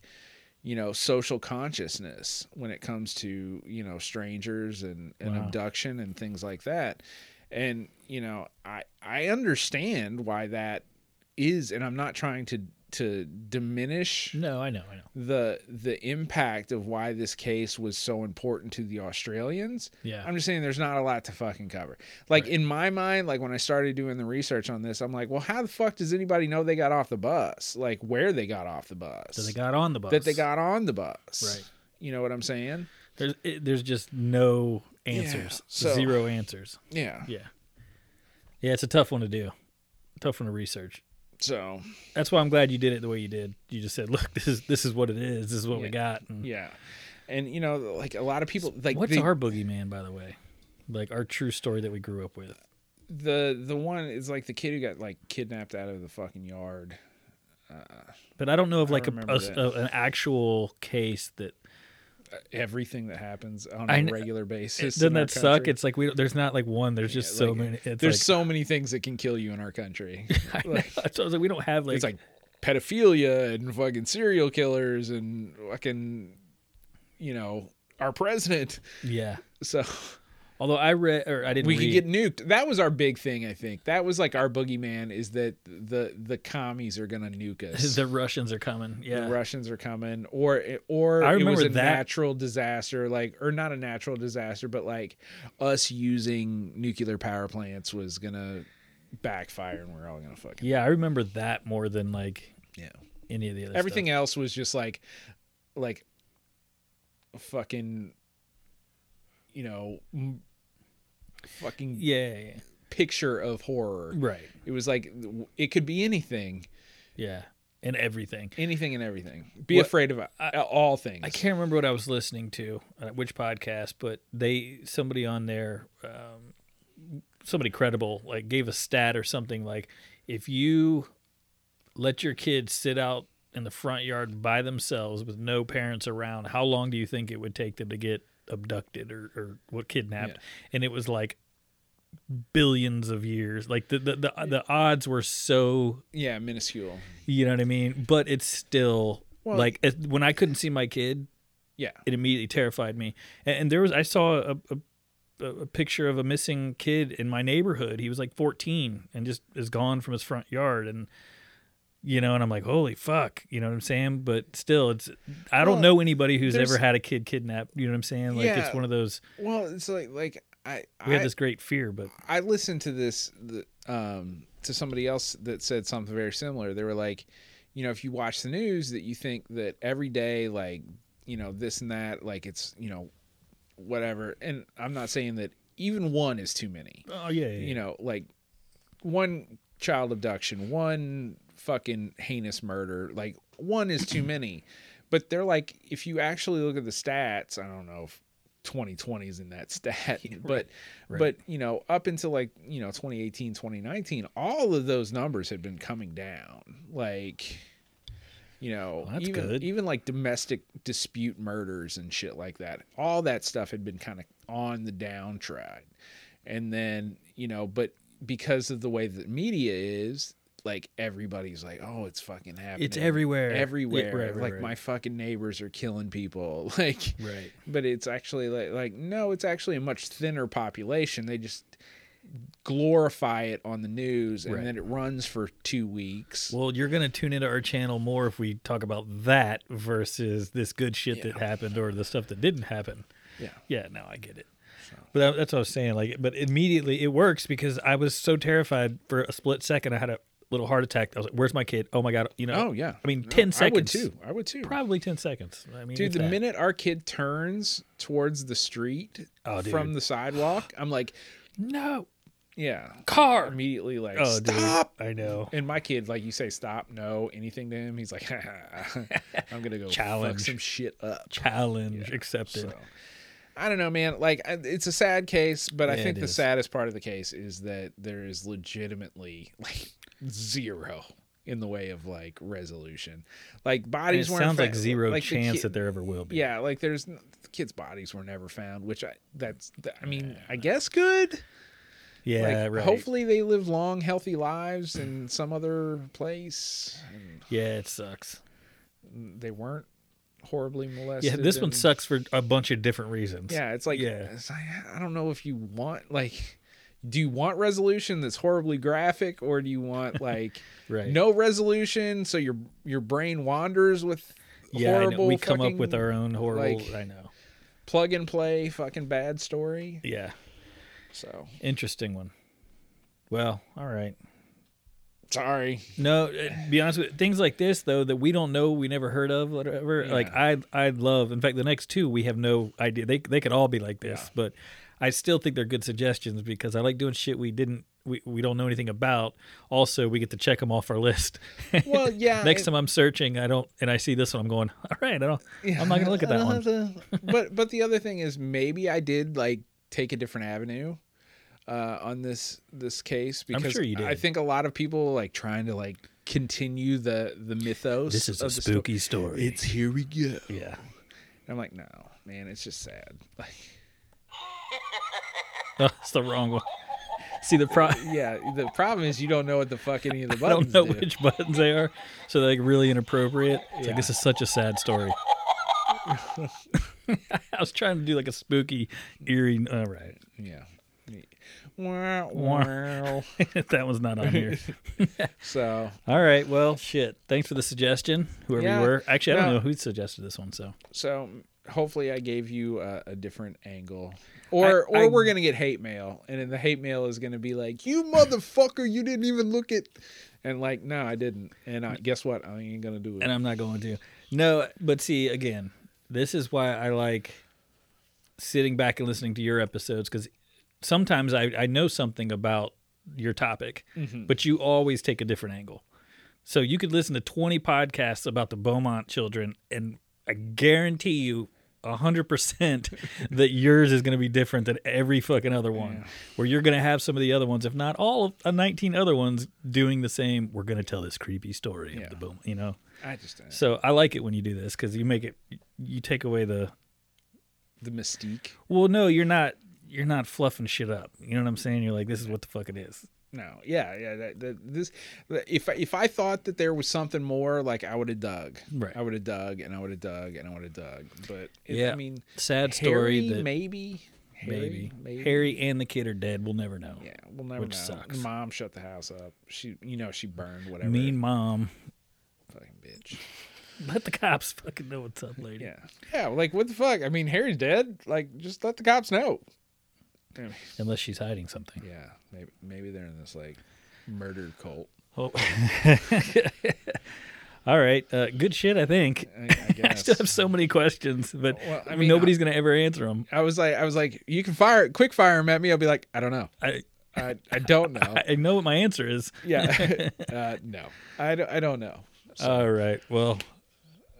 Speaker 2: you know social consciousness when it comes to you know strangers and, and
Speaker 1: Wow.
Speaker 2: abduction and things like that and you know i i understand why that is and i'm not trying to to diminish
Speaker 1: No, I know, I know.
Speaker 2: the the impact of why this case was so important to the australians
Speaker 1: Yeah.
Speaker 2: i'm just saying there's not a lot to fucking cover like
Speaker 1: Right.
Speaker 2: in my mind like when i started doing the research on this i'm like well how the fuck does anybody know they got off the bus like where they got off the bus
Speaker 1: so they got on the bus.
Speaker 2: that they got on the bus.
Speaker 1: Right.
Speaker 2: You know what I'm saying?
Speaker 1: There's it, there's just no answers.
Speaker 2: so-
Speaker 1: Zero answers.
Speaker 2: Yeah.
Speaker 1: Yeah. Yeah, it's a tough one to do. Tough one to research.
Speaker 2: So,
Speaker 1: That's why I'm glad you did it the way you did. You just said, "Look, this is this is what it is. This is what we
Speaker 2: Yeah.
Speaker 1: got." And
Speaker 2: yeah. And you know, like a lot of people like
Speaker 1: What's
Speaker 2: the,
Speaker 1: our boogeyman, by the way? Like our true story that we grew up with.
Speaker 2: the the one is like the kid who got like kidnapped out of the fucking yard.
Speaker 1: But I don't know of
Speaker 2: I
Speaker 1: like a,
Speaker 2: remember
Speaker 1: a-
Speaker 2: that.
Speaker 1: a- an actual case that
Speaker 2: Everything that happens on a
Speaker 1: I kn-
Speaker 2: regular basis.
Speaker 1: doesn't
Speaker 2: in our
Speaker 1: that suck.
Speaker 2: country.
Speaker 1: It's like we don't, there's not like one. There's just so
Speaker 2: like,
Speaker 1: many. It's
Speaker 2: there's
Speaker 1: like,
Speaker 2: so many things that can kill you in our country.
Speaker 1: I know. So I was like, we don't have like,
Speaker 2: it's like pedophilia and fucking serial killers and fucking you know, our president.
Speaker 1: yeah.
Speaker 2: So
Speaker 1: Although I read or I didn't.
Speaker 2: we could
Speaker 1: read-
Speaker 2: get nuked. That was our big thing, I think. That was like our boogeyman is that the the commies are gonna nuke us.
Speaker 1: the Russians are coming.
Speaker 2: The
Speaker 1: Yeah.
Speaker 2: Russians are coming, or eh, or
Speaker 1: I
Speaker 2: it was
Speaker 1: remember
Speaker 2: a
Speaker 1: that.
Speaker 2: natural disaster, like or not a natural disaster, but like us using nuclear power plants was gonna backfire, and we're all gonna fucking
Speaker 1: yeah, I remember that more than like
Speaker 2: yeah.
Speaker 1: any of the other stuff.
Speaker 2: Everything else was just like, like, fucking, you know, m- fucking
Speaker 1: Yeah, yeah, yeah.
Speaker 2: picture of horror.
Speaker 1: Right.
Speaker 2: It was like w- it could be anything,
Speaker 1: Yeah. And everything.
Speaker 2: anything and everything. Be
Speaker 1: What-
Speaker 2: afraid of uh, all things.
Speaker 1: I can't remember what I was listening to, uh, which podcast, but they somebody on there, um, somebody credible, like gave a stat or something like, if you let your kids sit out in the front yard by themselves with no parents around, how long do you think it would take them to get abducted or, or what kidnapped? And it was like billions of years. Like the the, the uh, the odds were so
Speaker 2: Yeah, minuscule.
Speaker 1: you know what I mean? But it's still
Speaker 2: Well-
Speaker 1: like as- when I couldn't see my kid,
Speaker 2: Yeah,
Speaker 1: it immediately terrified me. And, and there was I saw a, a a picture of a missing kid in my neighborhood. He was like 14 and just is gone from his front yard and you know, and I'm like, holy fuck, you know what I'm saying? But still, it's I don't
Speaker 2: Well,
Speaker 1: know anybody who's
Speaker 2: there's-
Speaker 1: ever had a kid kidnapped. You know what I'm saying? Like
Speaker 2: Yeah.
Speaker 1: it's one of those
Speaker 2: well, it's like like I
Speaker 1: we
Speaker 2: I-
Speaker 1: have this great fear, but
Speaker 2: I listened to this the, um, to somebody else that said something very similar. They were like, you know, if you watch the news, that you think that every day, like, you know, this and that, like it's you know, whatever. And I'm not saying that even one is too many.
Speaker 1: oh yeah, yeah, yeah.
Speaker 2: You know, like one child abduction, one fucking heinous murder, like one is too many. But they're like, if you actually look at the stats, I don't know if 2020 is in that stat, but
Speaker 1: right.
Speaker 2: but you know, up until like you know 2018, 2019, all of those numbers had been coming down. Like, you know,
Speaker 1: Well, that's
Speaker 2: even
Speaker 1: good.
Speaker 2: even like domestic dispute murders and shit like that. All that stuff had been kind of on the downtrend and then you know but because of the way that media is like everybody's like, oh, it's fucking happening.
Speaker 1: It's everywhere. Yeah,
Speaker 2: Everywhere.
Speaker 1: right, right,
Speaker 2: like
Speaker 1: right.
Speaker 2: my fucking neighbors are killing people. Like
Speaker 1: Right.
Speaker 2: but it's actually like, like no it's actually a much thinner population they just glorify it on the news and
Speaker 1: Right.
Speaker 2: then it runs for two weeks
Speaker 1: Well, you're going to tune into our channel more if we talk about that versus this good shit that happened or the stuff that didn't happen.
Speaker 2: yeah
Speaker 1: Yeah, no, I get it. But that, that's what I was saying. Like, but immediately it works because I was so terrified for a split second. I had a little heart attack. I was like, "Where's my kid?" Oh my god! You know.
Speaker 2: oh yeah
Speaker 1: I mean,
Speaker 2: No,
Speaker 1: ten
Speaker 2: i would
Speaker 1: seconds.
Speaker 2: too i would too
Speaker 1: Probably ten seconds. I mean,
Speaker 2: dude
Speaker 1: if
Speaker 2: the
Speaker 1: that.
Speaker 2: minute our kid turns towards the street
Speaker 1: Oh, dude.
Speaker 2: from the sidewalk i'm like
Speaker 1: No
Speaker 2: yeah
Speaker 1: car.
Speaker 2: immediately like
Speaker 1: Oh,
Speaker 2: stop
Speaker 1: dude. I know.
Speaker 2: and my kid like you say stop no anything to him he's like i'm gonna go
Speaker 1: Challenge.
Speaker 2: fuck some shit up
Speaker 1: Challenge accepted.
Speaker 2: So, I don't know, man. Like, I- it's a sad case, but I
Speaker 1: Yeah,
Speaker 2: think
Speaker 1: it
Speaker 2: the
Speaker 1: is.
Speaker 2: saddest part of the case is that there is legitimately like zero in the way of like resolution. Like
Speaker 1: And it
Speaker 2: bodies weren't.
Speaker 1: sounds like
Speaker 2: fa-
Speaker 1: zero
Speaker 2: like, the
Speaker 1: chance
Speaker 2: kid-
Speaker 1: that there ever will be.
Speaker 2: Yeah, like there's n- the kids' bodies were never found, which I that's th- I mean I guess good.
Speaker 1: Yeah.
Speaker 2: like,
Speaker 1: right.
Speaker 2: Hopefully they live long, healthy lives in some other place.
Speaker 1: Yeah, it sucks.
Speaker 2: And they weren't horribly molested.
Speaker 1: Yeah, this one
Speaker 2: and-
Speaker 1: sucks for a bunch of different reasons.
Speaker 2: Yeah, it's like
Speaker 1: Yeah.
Speaker 2: it's like, I don't know if you want like do you want resolution that's horribly graphic or do you want like
Speaker 1: Right.
Speaker 2: no resolution so your your brain wanders with
Speaker 1: Yeah, I know.
Speaker 2: horrible
Speaker 1: we come up with
Speaker 2: fucking
Speaker 1: our own horrible.
Speaker 2: like-
Speaker 1: I know.
Speaker 2: plug and play fucking bad story.
Speaker 1: Yeah.
Speaker 2: So,
Speaker 1: Interesting one. Well, all right.
Speaker 2: sorry.
Speaker 1: No, uh, be honest with things like this though that we don't know, we never heard of, whatever.
Speaker 2: Yeah.
Speaker 1: Like I, I love. In fact, the next two we have no idea. They they could all be like this,
Speaker 2: Yeah.
Speaker 1: but I still think they're good suggestions because I like doing shit we didn't. We, we don't know anything about. Also, we get to check them off our list.
Speaker 2: Well, yeah.
Speaker 1: Next
Speaker 2: it-
Speaker 1: time I'm searching, I don't, and I see this one, I'm going, all right, I don't,
Speaker 2: yeah,
Speaker 1: I'm not gonna look at that
Speaker 2: I don't
Speaker 1: one.
Speaker 2: have to- but but the other thing is maybe I did like take a different avenue uh, on this this case because
Speaker 1: sure you
Speaker 2: I
Speaker 1: did.
Speaker 2: think a lot of people like trying to like continue the the mythos.
Speaker 1: This is a
Speaker 2: of the sto-
Speaker 1: spooky story.
Speaker 2: It's here we go.
Speaker 1: yeah.
Speaker 2: I'm like, no, man, it's just sad. Like,
Speaker 1: No, it's the wrong one. See the pro.
Speaker 2: yeah, the problem is you don't know what the fuck any of the
Speaker 1: I don't
Speaker 2: buttons
Speaker 1: know
Speaker 2: do.
Speaker 1: which buttons they are, so they're like really inappropriate. It's
Speaker 2: Yeah.
Speaker 1: like this is such a sad story. I was trying to do like a spooky, eerie. All right,
Speaker 2: Yeah. Wow, wow.
Speaker 1: that was not on here.
Speaker 2: so
Speaker 1: All right, well, shit. Thanks for the suggestion, whoever
Speaker 2: Yeah,
Speaker 1: you were. Actually, I don't
Speaker 2: no.
Speaker 1: know who suggested this one. So
Speaker 2: so mm, hopefully I gave you a, a different angle, or or
Speaker 1: I-
Speaker 2: we're gonna get hate mail, and then the hate mail is gonna be like, you motherfucker, you didn't even look at, and like, no, I didn't, and I, guess what, I ain't gonna do it.
Speaker 1: and I'm not going to. No, but see, again, this is why I like sitting back and listening to your episodes because sometimes I, I know something about your topic, but you always take a different angle. So you could listen to 20 podcasts about the Beaumont children, and I guarantee you. 100% that yours is going to be different than every fucking other one. Where you're going to have some of the other ones, if not all of uh, 19 other ones, doing the same. We're going to tell this creepy story
Speaker 2: Yeah.
Speaker 1: of the Beaumont, you know?
Speaker 2: I just uh,
Speaker 1: So I like it when you do this because you make it, you take away the.
Speaker 2: the mystique.
Speaker 1: Well, no, you're not. You're not fluffing shit up. You know what I'm saying? You're like, this is what the fuck it is.
Speaker 2: No, yeah, yeah. That, that, this, that- if I- if I thought that there was something more, like I would have dug.
Speaker 1: Right.
Speaker 2: I would have dug, and I would have dug, and I would have dug. But it,
Speaker 1: Yeah.
Speaker 2: I mean,
Speaker 1: Sad
Speaker 2: Harry,
Speaker 1: story that
Speaker 2: maybe, Harry,
Speaker 1: maybe. Harry and the kid are dead. We'll never know.
Speaker 2: Yeah, we'll never
Speaker 1: which
Speaker 2: know.
Speaker 1: sucks.
Speaker 2: Mom shut the house up. She, you know, she burned whatever.
Speaker 1: mean mom.
Speaker 2: fucking bitch.
Speaker 1: Let the cops fucking know what's up, lady.
Speaker 2: Yeah, yeah. Like what the fuck? I mean, Harry's dead. Like, just let the cops know. I mean,
Speaker 1: Unless she's hiding something.
Speaker 2: yeah, maybe maybe they're in this like murder cult.
Speaker 1: Oh. All right. Uh, good shit, I think.
Speaker 2: I, I
Speaker 1: I
Speaker 2: guess.
Speaker 1: still have so many questions, but
Speaker 2: Well, I mean,
Speaker 1: nobody's going to ever answer them.
Speaker 2: I was like, I was like, you can fire quick fire him at me. I'll be like, I don't know.
Speaker 1: I,
Speaker 2: I, I don't know.
Speaker 1: I know what my answer is.
Speaker 2: yeah. uh, no, I don't, I don't know.
Speaker 1: All right. Well,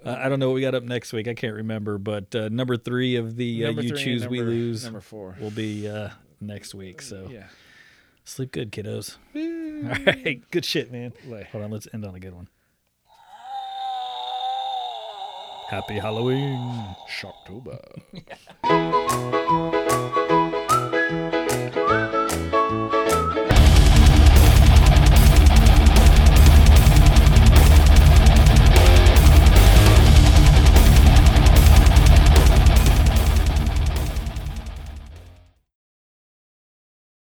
Speaker 1: I I don't know what we got up next week. I can't remember, but uh, number three of the uh,
Speaker 2: Number
Speaker 1: you
Speaker 2: three and
Speaker 1: choose, we
Speaker 2: number-
Speaker 1: lose
Speaker 2: Number four.
Speaker 1: will be uh, next week. So
Speaker 2: Yeah.
Speaker 1: sleep good, kiddos. All right. Good shit, man.
Speaker 2: Lay.
Speaker 1: Hold on. Let's end on a good one. Happy Halloween.
Speaker 2: Shocktober.